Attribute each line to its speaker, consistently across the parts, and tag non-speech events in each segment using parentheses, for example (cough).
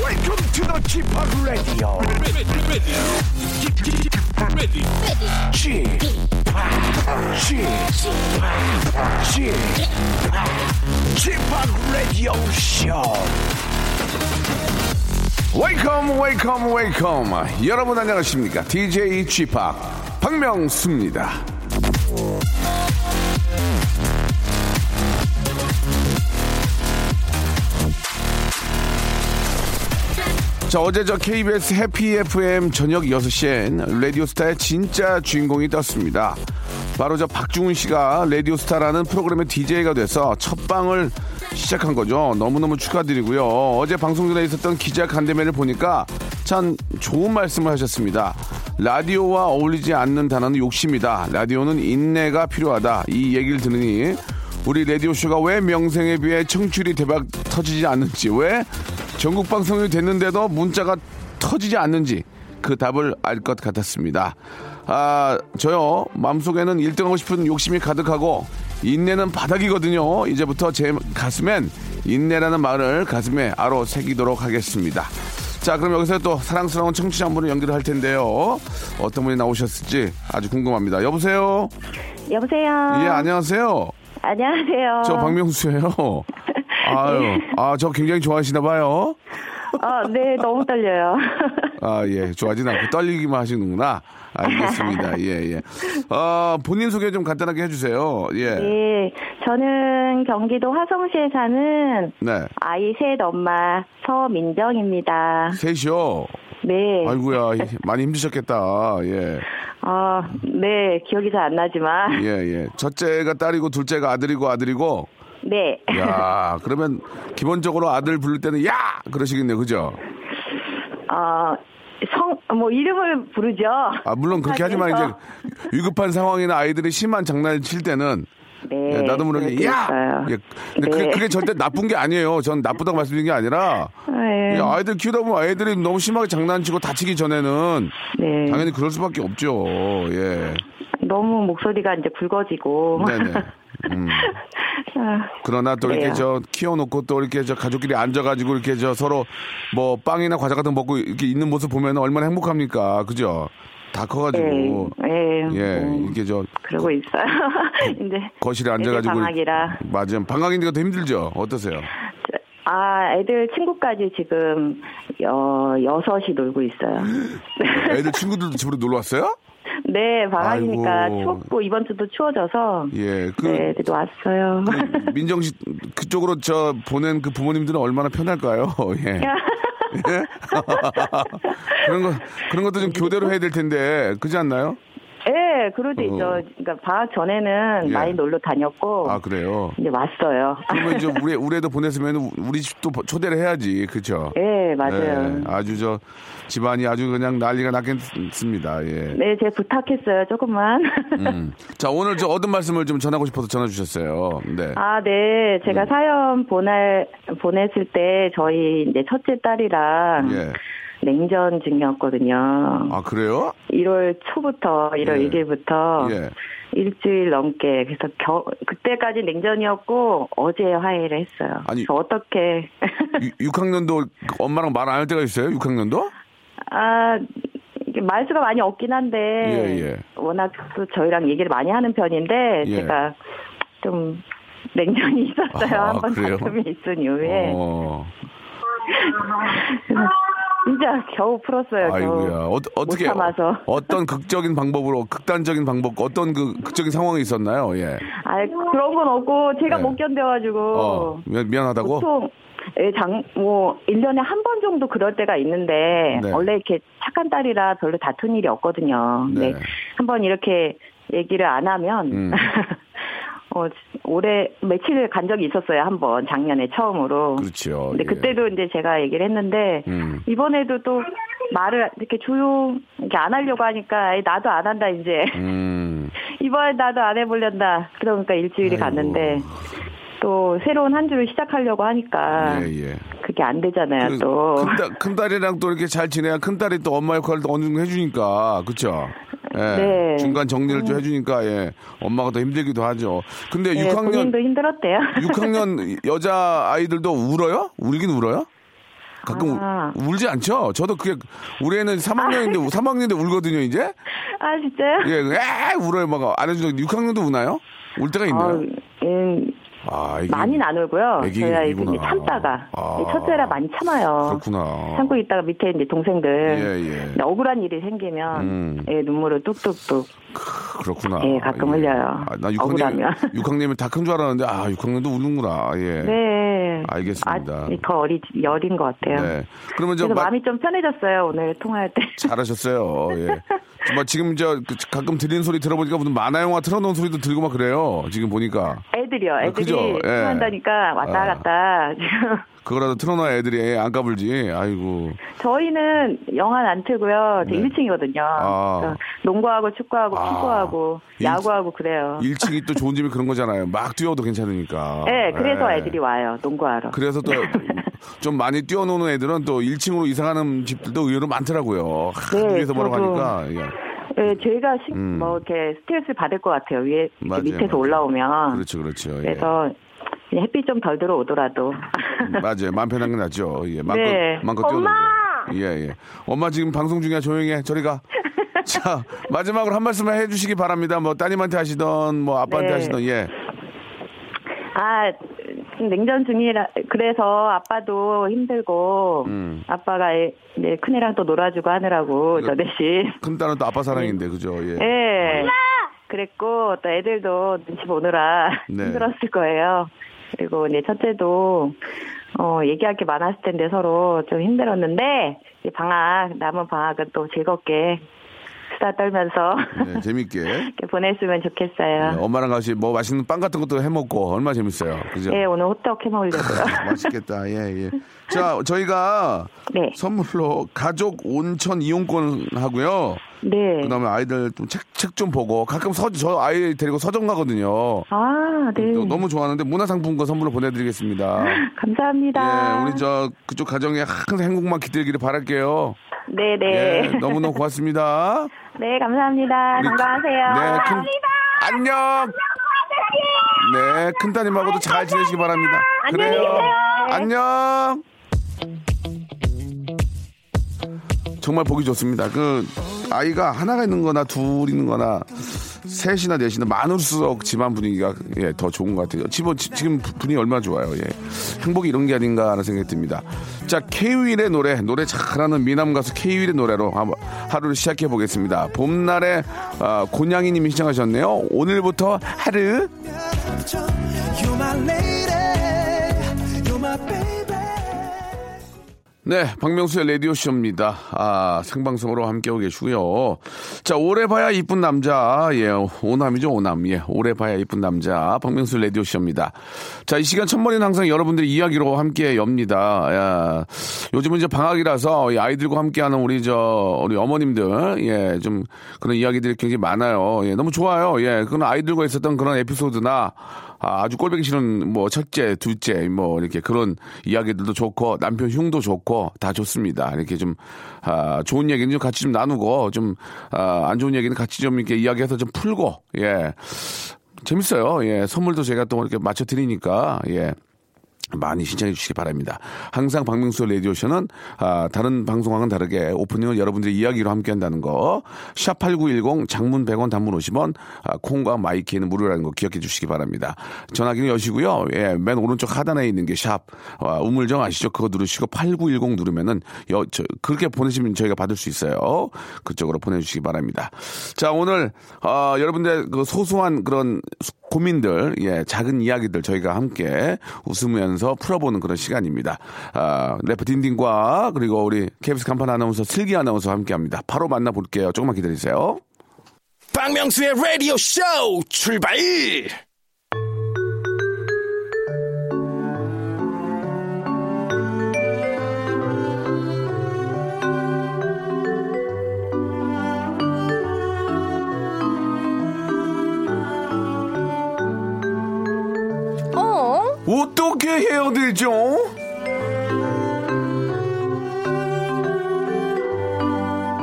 Speaker 1: Welcome to the Chip Radio. Chip, Chip, Chip, Radio Show.
Speaker 2: 웨이컴 웨이컴 웨이컴 여러분 안녕하십니까 DJ g p 박명수입니다 자 어제 저 KBS 해피 FM 저녁 6시엔 라디오스타의 진짜 주인공이 떴습니다 바로 저 박중훈 씨가 라디오스타라는 프로그램의 DJ가 돼서 첫 방을 시작한 거죠 너무너무 축하드리고요 어제 방송 전에 있었던 기자 간대회를 보니까 참 좋은 말씀을 하셨습니다 라디오와 어울리지 않는 단어는 욕심이다 라디오는 인내가 필요하다 이 얘기를 들으니 우리 라디오쇼가 왜 명성에 비해 청출이 대박 터지지 않는지, 왜 전국 방송이 됐는데도 문자가 터지지 않는지 그 답을 알 것 같았습니다. 아, 저요, 마음속에는 1등하고 싶은 욕심이 가득하고 인내는 바닥이거든요. 이제부터 제 가슴엔 인내라는 말을 가슴에 아로 새기도록 하겠습니다. 자, 그럼 여기서 또 사랑스러운 청취자 한 분을 연결할 텐데요. 어떤 분이 나오셨을지 아주 궁금합니다. 여보세요?
Speaker 3: 여보세요.
Speaker 2: 예, 안녕하세요.
Speaker 3: 안녕하세요.
Speaker 2: 저 박명수예요. 아유, 아, 저 굉장히 좋아하시나 봐요.
Speaker 3: 아, 네,
Speaker 2: (laughs)
Speaker 3: 너무 떨려요.
Speaker 2: 아, 예, 좋아하진 않고 떨리기만 하시는구나. 알겠습니다. 예, 예. 어, 본인 소개 좀 간단하게 해주세요. 예.
Speaker 3: 예, 저는 경기도 화성시에 사는
Speaker 2: 네.
Speaker 3: 아이 셋 엄마 서민정입니다.
Speaker 2: 셋이요.
Speaker 3: 네.
Speaker 2: 아이고야, 이- 많이 힘드셨겠다. 예.
Speaker 3: 아, 네, 기억이 잘 안 나지만.
Speaker 2: 예, 예. 첫째가 딸이고, 둘째가 아들이고, 아들이고.
Speaker 3: 네.
Speaker 2: 야 그러면 기본적으로 아들 부를 때는 야! 그러시겠네요. 그죠?
Speaker 3: 어, 성, 뭐, 이름을 부르죠.
Speaker 2: 아, 물론 그렇게 하지만
Speaker 3: 그래서-
Speaker 2: 이제 위급한 상황이나 아이들이 심한 장난을 칠 때는
Speaker 3: 네.
Speaker 2: 예, 나도 모르게
Speaker 3: 그렇게
Speaker 2: 야.
Speaker 3: 있어요.
Speaker 2: 예, 근데 그게,
Speaker 3: 네.
Speaker 2: 그게 절대 나쁜 게 아니에요. 전 나쁘다고 말씀드린 게 아니라
Speaker 3: 네.
Speaker 2: 예, 아이들 키우다 보면 아이들이 너무 심하게 장난치고 다치기 전에는
Speaker 3: 네.
Speaker 2: 당연히 그럴 수밖에 없죠. 예,
Speaker 3: 너무 목소리가 이제 굵어지고.
Speaker 2: 네네. 음.
Speaker 3: (laughs) 아,
Speaker 2: 그러나 또 이렇게
Speaker 3: 그래요.
Speaker 2: 저 키워놓고 또 이렇게 저 가족끼리 앉아가지고 이렇게 저 서로 뭐 빵이나 과자 같은 거 먹고 이렇게 있는 모습 보면 얼마나 행복합니까, 그죠? 다 커가지고
Speaker 3: 예, 예.
Speaker 2: 예
Speaker 3: 음.
Speaker 2: 이렇게 저
Speaker 3: 그러고 있어요. (laughs) 이제
Speaker 2: 거실에 앉아가지고
Speaker 3: 애들 방학이라
Speaker 2: 맞아요. 방학인데가 더 힘들죠. 어떠세요?
Speaker 3: 아 애들 친구까지 지금 어, 여 여섯이
Speaker 2: (gasps)
Speaker 3: 놀고 있어요.
Speaker 2: 애들 친구들도 집으로 놀러 왔어요?
Speaker 3: 네 방학이니까
Speaker 2: 아이고.
Speaker 3: 추웠고 이번 주도 추워져서
Speaker 2: 예, 그
Speaker 3: 네 애들도 왔어요. (laughs)
Speaker 2: 뭐 민정 씨 그쪽으로 저 보낸 그 부모님들은 얼마나 편할까요? (laughs) 예. 예? (laughs) 그런 거 그런 것도 좀 교대로 해야 될 텐데 그지 않나요?
Speaker 3: 네 그러죠
Speaker 2: 어.
Speaker 3: 있죠. 그러니까 방학 전에는
Speaker 2: 예.
Speaker 3: 많이 놀러 다녔고
Speaker 2: 아 그래요.
Speaker 3: 이제 왔어요. (laughs)
Speaker 2: 그러면 이제 우리 우리도 보냈으면 우리 집도 초대를 해야지 그렇죠?
Speaker 3: 네 맞아요.
Speaker 2: 예, 아주 저 집안이 아주 그냥 난리가 났겠습니다. 예.
Speaker 3: 네, 제가 부탁했어요, 조금만.
Speaker 2: 음. 자 오늘 저 얻은 말씀을 좀 전하고 싶어서 전화 주셨어요. 네.
Speaker 3: (laughs) 아, 네. 제가 사연 보낼, 보냈을 때 저희 이제 첫째 딸이랑
Speaker 2: 예.
Speaker 3: 냉전 중이었거든요.
Speaker 2: 아 그래요?
Speaker 3: 1월 초부터 1월
Speaker 2: 예.
Speaker 3: 1일부터
Speaker 2: 예.
Speaker 3: 일주일 넘게 그래서 겨, 그때까지 냉전이었고 어제 화해를 했어요.
Speaker 2: 아니-
Speaker 3: 그래서 어떻게
Speaker 2: 유- 6학년도 엄마랑 말 안 할 때가 있어요? 6학년도?
Speaker 3: 아 이게 말수가 많이 없긴 한데
Speaker 2: 예, 예.
Speaker 3: 워낙 또 저희랑 얘기를 많이 하는 편인데
Speaker 2: 예.
Speaker 3: 제가 좀 냉전이 있었어요.
Speaker 2: 아,
Speaker 3: 한번
Speaker 2: 그래요?
Speaker 3: 다툼이 있은 이후에
Speaker 2: 어.
Speaker 3: 진짜 겨우 풀었어요. 겨우.
Speaker 2: 아이고야. 어, 어떻게
Speaker 3: 네, 못 참아서.
Speaker 2: 어떤 극적인 방법으로 극단적인 방법 어떤 그 극적인 상황이 있었나요? 예.
Speaker 3: 아 그런 건 없고 제가
Speaker 2: 네.
Speaker 3: 못 견뎌가지고
Speaker 2: 어. 미안, 미안하다고.
Speaker 3: 보통 예, 장, 뭐, 1년에 한 번 정도 그럴 때가 있는데,
Speaker 2: 네.
Speaker 3: 원래 이렇게 착한 딸이라 별로 다툰 일이 없거든요.
Speaker 2: 네.
Speaker 3: (laughs) 근데 한 번 이렇게 얘기를 안 하면,
Speaker 2: 음.
Speaker 3: 어, 올해 며칠을 간 적이 있었어요. 한번 작년에 처음으로.
Speaker 2: 그렇죠. 예.
Speaker 3: 근데 그때도 이제 제가 얘기를 했는데
Speaker 2: 음.
Speaker 3: 이번에도 또 말을 이렇게 조용 이렇게 안 하려고 하니까 아이, 나도 안 한다 이제 (laughs)
Speaker 2: 음.
Speaker 3: 이번에 나도 안 해보려다 그러니까 일주일이 갔는데 또 새로운 한 주를 시작하려고 하니까
Speaker 2: 예, 예.
Speaker 3: 그게 안 되잖아요
Speaker 2: 그
Speaker 3: 아, 또
Speaker 2: 큰딸, 큰딸이랑 또 이렇게 잘 지내야 큰딸이 또 엄마 역할을 또 어느 정도 해주니까, 그쵸? 예.
Speaker 3: 네.
Speaker 2: 중간 정리를 좀 해주니까, 예. 엄마가 더 힘들기도 하죠. 근데
Speaker 3: 예,
Speaker 2: 6학년,
Speaker 3: 본인도 힘들었대요
Speaker 2: 6학년 여자 아이들도 울어요? 울긴 울어요? 가끔
Speaker 3: 아.
Speaker 2: 울- 울지 않죠? 저도 그게, 올해는 3학년인데, 3학년인데 울거든요, 이제?
Speaker 3: (laughs) 아 진짜요?
Speaker 2: 예, 에 울어요, 막. 안 해주죠. 6학년도 우나요? 울 때가
Speaker 3: 어,
Speaker 2: 있나요?
Speaker 3: 음,
Speaker 2: 아, 이게-
Speaker 3: 많이는 안 울고요.
Speaker 2: 애기
Speaker 3: 저희 아이들이
Speaker 2: 애기구나.
Speaker 3: 이제 참다가
Speaker 2: 아.
Speaker 3: 이 첫째라 많이 참아요.
Speaker 2: 그렇구나.
Speaker 3: 참고 있다가 밑에 이제 동생들
Speaker 2: 예, 예.
Speaker 3: 근데 억울한 일이 생기면
Speaker 2: 음.
Speaker 3: 예, 눈물을 뚝뚝뚝
Speaker 2: 그렇구나.
Speaker 3: 예, 가끔 흘려요.
Speaker 2: 아, 나
Speaker 3: 억울하면.
Speaker 2: 6학년, 6학년이 다 큰 줄 알았는데, 아, 6학년도 우는구나. 예.
Speaker 3: 네
Speaker 2: 알겠습니다.
Speaker 3: 아, 더 어리 여린 것 같아요.
Speaker 2: 네. 그러면 저
Speaker 3: 그래서
Speaker 2: 마,
Speaker 3: 마음이 좀 편해졌어요 오늘 통화할 때.
Speaker 2: 잘하셨어요. 예. 정말 지금 저 그- 가끔 들리는 소리 들어보니까 무슨 만화영화 틀어놓은 소리도 들고 막 그래요. 지금 보니까.
Speaker 3: 애들이요, 애들이
Speaker 2: 그죠? 예.
Speaker 3: 통화한다니까
Speaker 2: 아.
Speaker 3: 왔다 갔다 지금.
Speaker 2: 그거라도 틀어놔야 애들이 안 까불지. 아이고.
Speaker 3: 저희는 영화는 안 틀고요. 제
Speaker 2: 네.
Speaker 3: 1층이거든요.
Speaker 2: 아.
Speaker 3: 농구하고 축구하고
Speaker 2: 아.
Speaker 3: 피구하고
Speaker 2: 일-
Speaker 3: 야구하고 그래요.
Speaker 2: 일찍이 또 좋은 점이 그런 거잖아요. 막 뛰어도 괜찮으니까.
Speaker 3: 네, 그래서
Speaker 2: 예.
Speaker 3: 애들이 와요. 농구하러.
Speaker 2: 그래서 또 좀 많이 뛰어노는 애들은 또 1층으로 이사가는 집들도 의외로 많더라고요. 하,
Speaker 3: 네,
Speaker 2: 위에서 보러
Speaker 3: 저도.
Speaker 2: 가니까. 예.
Speaker 3: 네, 제가 시- 뭐 이렇게 스트레스 받을 것 같아요. 위에 이렇게
Speaker 2: 음. 맞아요,
Speaker 3: 밑에서
Speaker 2: 맞아요.
Speaker 3: 올라오면.
Speaker 2: 그렇죠, 그렇죠. 예.
Speaker 3: 그래서 그냥 햇빛 좀 덜 들어오더라도. (laughs)
Speaker 2: 맞아요. 마음 편한 게 낫죠. 예, 마음껏,
Speaker 3: 네.
Speaker 2: 마음껏 뛰어놀고. 예, 예. 엄마 지금 방송 중이야. 조용히 해. 저리
Speaker 3: (laughs)
Speaker 2: 가. 자, 마지막으로 한 말씀만 해주시기 바랍니다. 뭐, 따님한테 하시던, 뭐, 아빠한테
Speaker 3: 네.
Speaker 2: 하시던, 예.
Speaker 3: 아, 지금 냉전 중이라 그래서 아빠도 힘들고
Speaker 2: 음.
Speaker 3: 아빠가 애, 이제 큰애랑 또 놀아주고 하느라고
Speaker 2: 그
Speaker 3: 저 대신.
Speaker 2: 큰딸은 또 아빠
Speaker 3: 네.
Speaker 2: 사랑인데, 그죠? 예.
Speaker 3: 예. 그랬고 또 애들도 눈치 보느라
Speaker 2: 네.
Speaker 3: (laughs) 힘들었을 거예요. 그리고 이제 첫째도 어 얘기할 게 많았을 텐데 서로 좀 힘들었는데 이제 방학 남은 방학은 또 즐겁게 수다 떨면서 (laughs)
Speaker 2: 예, 재밌게.
Speaker 3: 이렇게 보냈으면
Speaker 2: 예,
Speaker 3: 좋겠어요.
Speaker 2: 엄마랑 같이 뭐 맛있는 빵 같은 것도 해 먹고 얼마나 재밌어요. 그죠? 네,
Speaker 3: 예, 오늘 호떡 해
Speaker 2: (laughs)
Speaker 3: 먹으려고요. (laughs)
Speaker 2: 맛있겠다. 예, 예. 자, 저희가
Speaker 3: 네.
Speaker 2: 선물로 가족 온천 이용권 하고요.
Speaker 3: 네.
Speaker 2: 그다음에 아이들 좀 책 책 좀 보고 가끔 서 저 아이 데리고 서점 가거든요.
Speaker 3: 아, 네.
Speaker 2: 또 너무 좋아하는데 문화상품권 선물로 보내드리겠습니다.
Speaker 3: 감사합니다.
Speaker 2: 예, 우리 저 그쪽 가정에 항상 행복만 깃들기를 바랄게요.
Speaker 3: 네,
Speaker 2: 예,
Speaker 3: 네.
Speaker 2: 너무너무 고맙습니다.
Speaker 3: 네, 감사합니다.
Speaker 2: 우리-
Speaker 3: 건강하세요.
Speaker 2: 네, 큰, 안녕. 네, 큰 따님하고도 잘 지내시기 바랍니다. 그래요. 안녕. 정말 보기 좋습니다. 그 아이가 하나가 있는 거나 둘 있는 거나 셋이나 넷이나 많을수록 집안 분위기가 예, 더 좋은 것 같아요. 집은 지- 지금 부- 분위기 얼마나 좋아요. 예. 행복이 이런 게 아닌가 하는 생각이 듭니다. 자, K-윌의 노래, 노래 잘하는 미남 가수 K-윌의 노래로 한번 하루를 시작해 보겠습니다. 봄날에 아, 곤양이 님이 시청하셨네요. 오늘부터 하루
Speaker 4: You're my lady, you're my baby.
Speaker 2: 네, 박명수의 라디오쇼입니다. 아, 생방송으로 함께하고 계시고요. 자, 오래 봐야 이쁜 남자. 예, 오남이죠, 오남. 예, 오래 봐야 이쁜 남자. 박명수 라디오쇼입니다. 자, 이 시간 첫머리는 항상 여러분들의 이야기로 함께 엽니다. 야, 요즘은 이제 방학이라서 이 아이들과 함께하는 우리 저, 우리 어머님들. 예, 좀 그런 이야기들이 굉장히 많아요. 예, 너무 좋아요. 예, 그런 아이들과 있었던 그런 에피소드나 아, 아주 꼴보기 싫은 뭐 첫째, 둘째 뭐 이렇게 그런 이야기들도 좋고 남편 흉도 좋고 다 좋습니다. 이렇게 좀 아, 좋은 얘기는 좀 같이 좀 나누고 좀 아, 안 좋은 얘기는 같이 좀 이렇게 이야기해서 좀 풀고 예. 재밌어요. 예. 선물도 제가 또 이렇게 맞춰 드리니까 예. 많이 신청해 주시기 바랍니다. 항상 박명수 라디오쇼는 아, 다른 방송과는 다르게 오프닝을 여러분들의 이야기로 함께 한다는 거. 샵8910 장문 100원 단문 50원 아, 콩과 마이키는 무료라는 거 기억해 주시기 바랍니다. 전화기는 여시고요. 예, 맨 오른쪽 하단에 있는 게 샵 우물정 아시죠? 그거 누르시고 8910 누르면은 여, 저, 그렇게 보내시면 저희가 받을 수 있어요. 그쪽으로 보내주시기 바랍니다. 자 오늘 아, 여러분들 그 소소한 그런 고민들, 예, 작은 이야기들 저희가 함께 웃으면서 풀어보는 그런 시간입니다. 아, 래퍼 딘딘과 그리고 우리 KBS 간판 아나운서 슬기 아나운서 함께 합니다. 바로 만나볼게요. 조금만 기다리세요.
Speaker 1: 박명수의 라디오 쇼 출발
Speaker 5: 어?
Speaker 2: 어떻게 해야 되죠?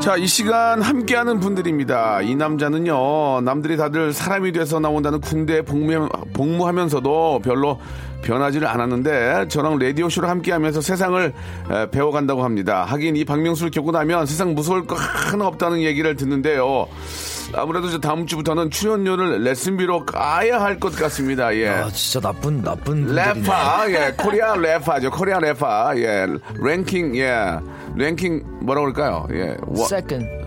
Speaker 2: 자, 이 시간 함께하는 분들입니다. 이 남자는요, 남들이 다들 사람이 돼서 나온다는 군대에 복무, 복무하면서도 별로 변하지를 않았는데, 저랑 라디오쇼를 함께하면서 세상을 에, 배워간다고 합니다. 하긴 이 박명수를 겪고 나면 세상 무서울 거 하나 없다는 얘기를 듣는데요. 아무래도 저 다음 주부터는 출연료를 레슨비로 까야 할 것 같습니다. 예.
Speaker 6: 아 진짜 나쁜 나쁜 분들이네.
Speaker 2: 래파 예 코리아 래파죠 코리아 래파 예 랭킹 예 랭킹 뭐라고 그럴까요 예 워-
Speaker 6: Second.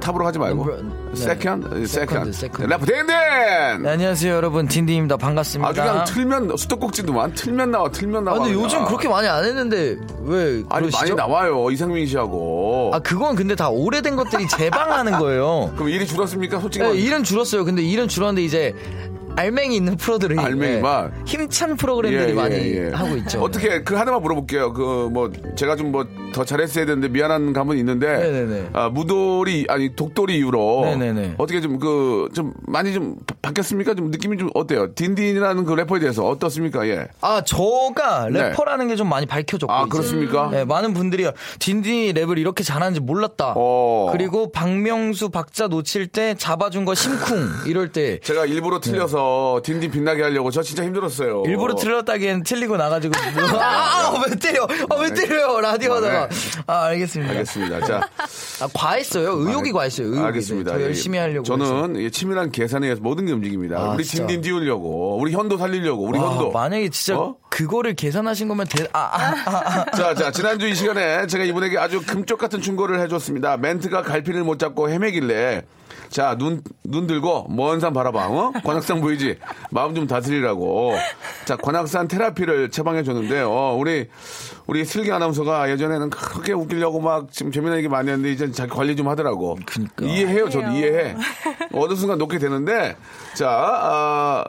Speaker 2: 탑으로 하지 말고
Speaker 6: Number- 네.
Speaker 2: 세컨드
Speaker 6: Second,
Speaker 2: 세컨드
Speaker 6: second.
Speaker 2: 래퍼 댄댄
Speaker 6: 네, 안녕하세요 여러분 딘딘입니다 반갑습니다.
Speaker 2: 아 그냥 틀면 수도꼭지도만 틀면 나와 틀면
Speaker 6: 아,
Speaker 2: 나와
Speaker 6: 근데
Speaker 2: 그냥.
Speaker 6: 요즘 그렇게 많이 안 했는데 왜
Speaker 2: 아니
Speaker 6: 그러시죠?
Speaker 2: 많이 나와요 이상민 씨하고
Speaker 6: 아 그건 근데 다 오래된
Speaker 2: (laughs)
Speaker 6: 것들이 재방하는 거예요.
Speaker 2: 그럼 일이 줄었습니까 솔직히
Speaker 6: 네,
Speaker 2: 말해서.
Speaker 6: 일은 줄었어요. 근데 일은 줄었는데 이제 알맹이 있는 프로들이
Speaker 2: 알맹이만. 예,
Speaker 6: 예, 힘찬 프로그램들이 많이 하고 있죠. 네.
Speaker 2: 어떻게 그 하나만 물어볼게요. 그 뭐 제가 좀 뭐 더 잘했어야 되는데 미안한 감은 있는데
Speaker 6: 네네네.
Speaker 2: 아, 무돌이 아니 독돌이 이후로
Speaker 6: 네네네.
Speaker 2: 어떻게 좀 그 좀 많이 좀 바- 바뀌었습니까? 좀 느낌이 좀 어때요? 딘딘이라는 그 래퍼에 대해서 어떻습니까? 예.
Speaker 6: 아, 저가
Speaker 2: 네.
Speaker 6: 래퍼라는 게 좀 많이 밝혀졌고.
Speaker 2: 아,
Speaker 6: 이제.
Speaker 2: 그렇습니까?
Speaker 6: 네, 많은 분들이 딘딘이 랩을 이렇게 잘하는지 몰랐다.
Speaker 2: 어.
Speaker 6: 그리고 박명수 박자 놓칠 때 잡아준 거 심쿵 이럴 때
Speaker 2: 제가 일부러 틀려서 딘딘 빛나게 하려고 저 진짜 힘들었어요.
Speaker 6: 네. 일부러 틀렸다기엔 틀리고 나가지고
Speaker 2: (laughs)
Speaker 6: 뭐, 아, 아, 왜 때려? 아, 왜 때려요? 라디오 하다가. 아, 알겠습니다.
Speaker 2: 네. 알겠습니다.
Speaker 6: (laughs)
Speaker 2: 자,
Speaker 6: 아, 과했어요. 의욕이 과했어요. 의욕이.
Speaker 2: 알겠습니다.
Speaker 6: 네, 더
Speaker 2: 예.
Speaker 6: 열심히 하려고. 해서.
Speaker 2: 저는 예, 치밀한 계산에 의해서 모든 게 움직입니다.
Speaker 6: 아,
Speaker 2: 우리
Speaker 6: 진짜.
Speaker 2: 딘딘 띄우려고, 우리 현도 살리려고, 우리
Speaker 6: 와,
Speaker 2: 현도.
Speaker 6: 아, 만약에 진짜
Speaker 2: 어?
Speaker 6: 그거를 계산하신 거면 대, 아, 아,
Speaker 2: (laughs)
Speaker 6: 아, 아.
Speaker 2: 자, 자, 지난주 이 시간에 제가 이분에게 아주 금쪽 같은 충고를 해줬습니다. 멘트가 갈피를 못 잡고 헤매길래, 자, 눈, 눈 들고, 먼 산 바라봐, 어? 관악산 보이지? 마음 좀 다스리라고. 자, 관악산 테라피를 처방해줬는데요. 어, 우리, 우리 슬기 아나운서가 예전에는 그렇게 웃기려고 막 지금 재미난 얘기 많이 했는데, 이제 자기 관리 좀 하더라고.
Speaker 6: 그러니까.
Speaker 2: 이해해요, 저도 이해해. 어느 순간 놓게 되는데, 자, 아,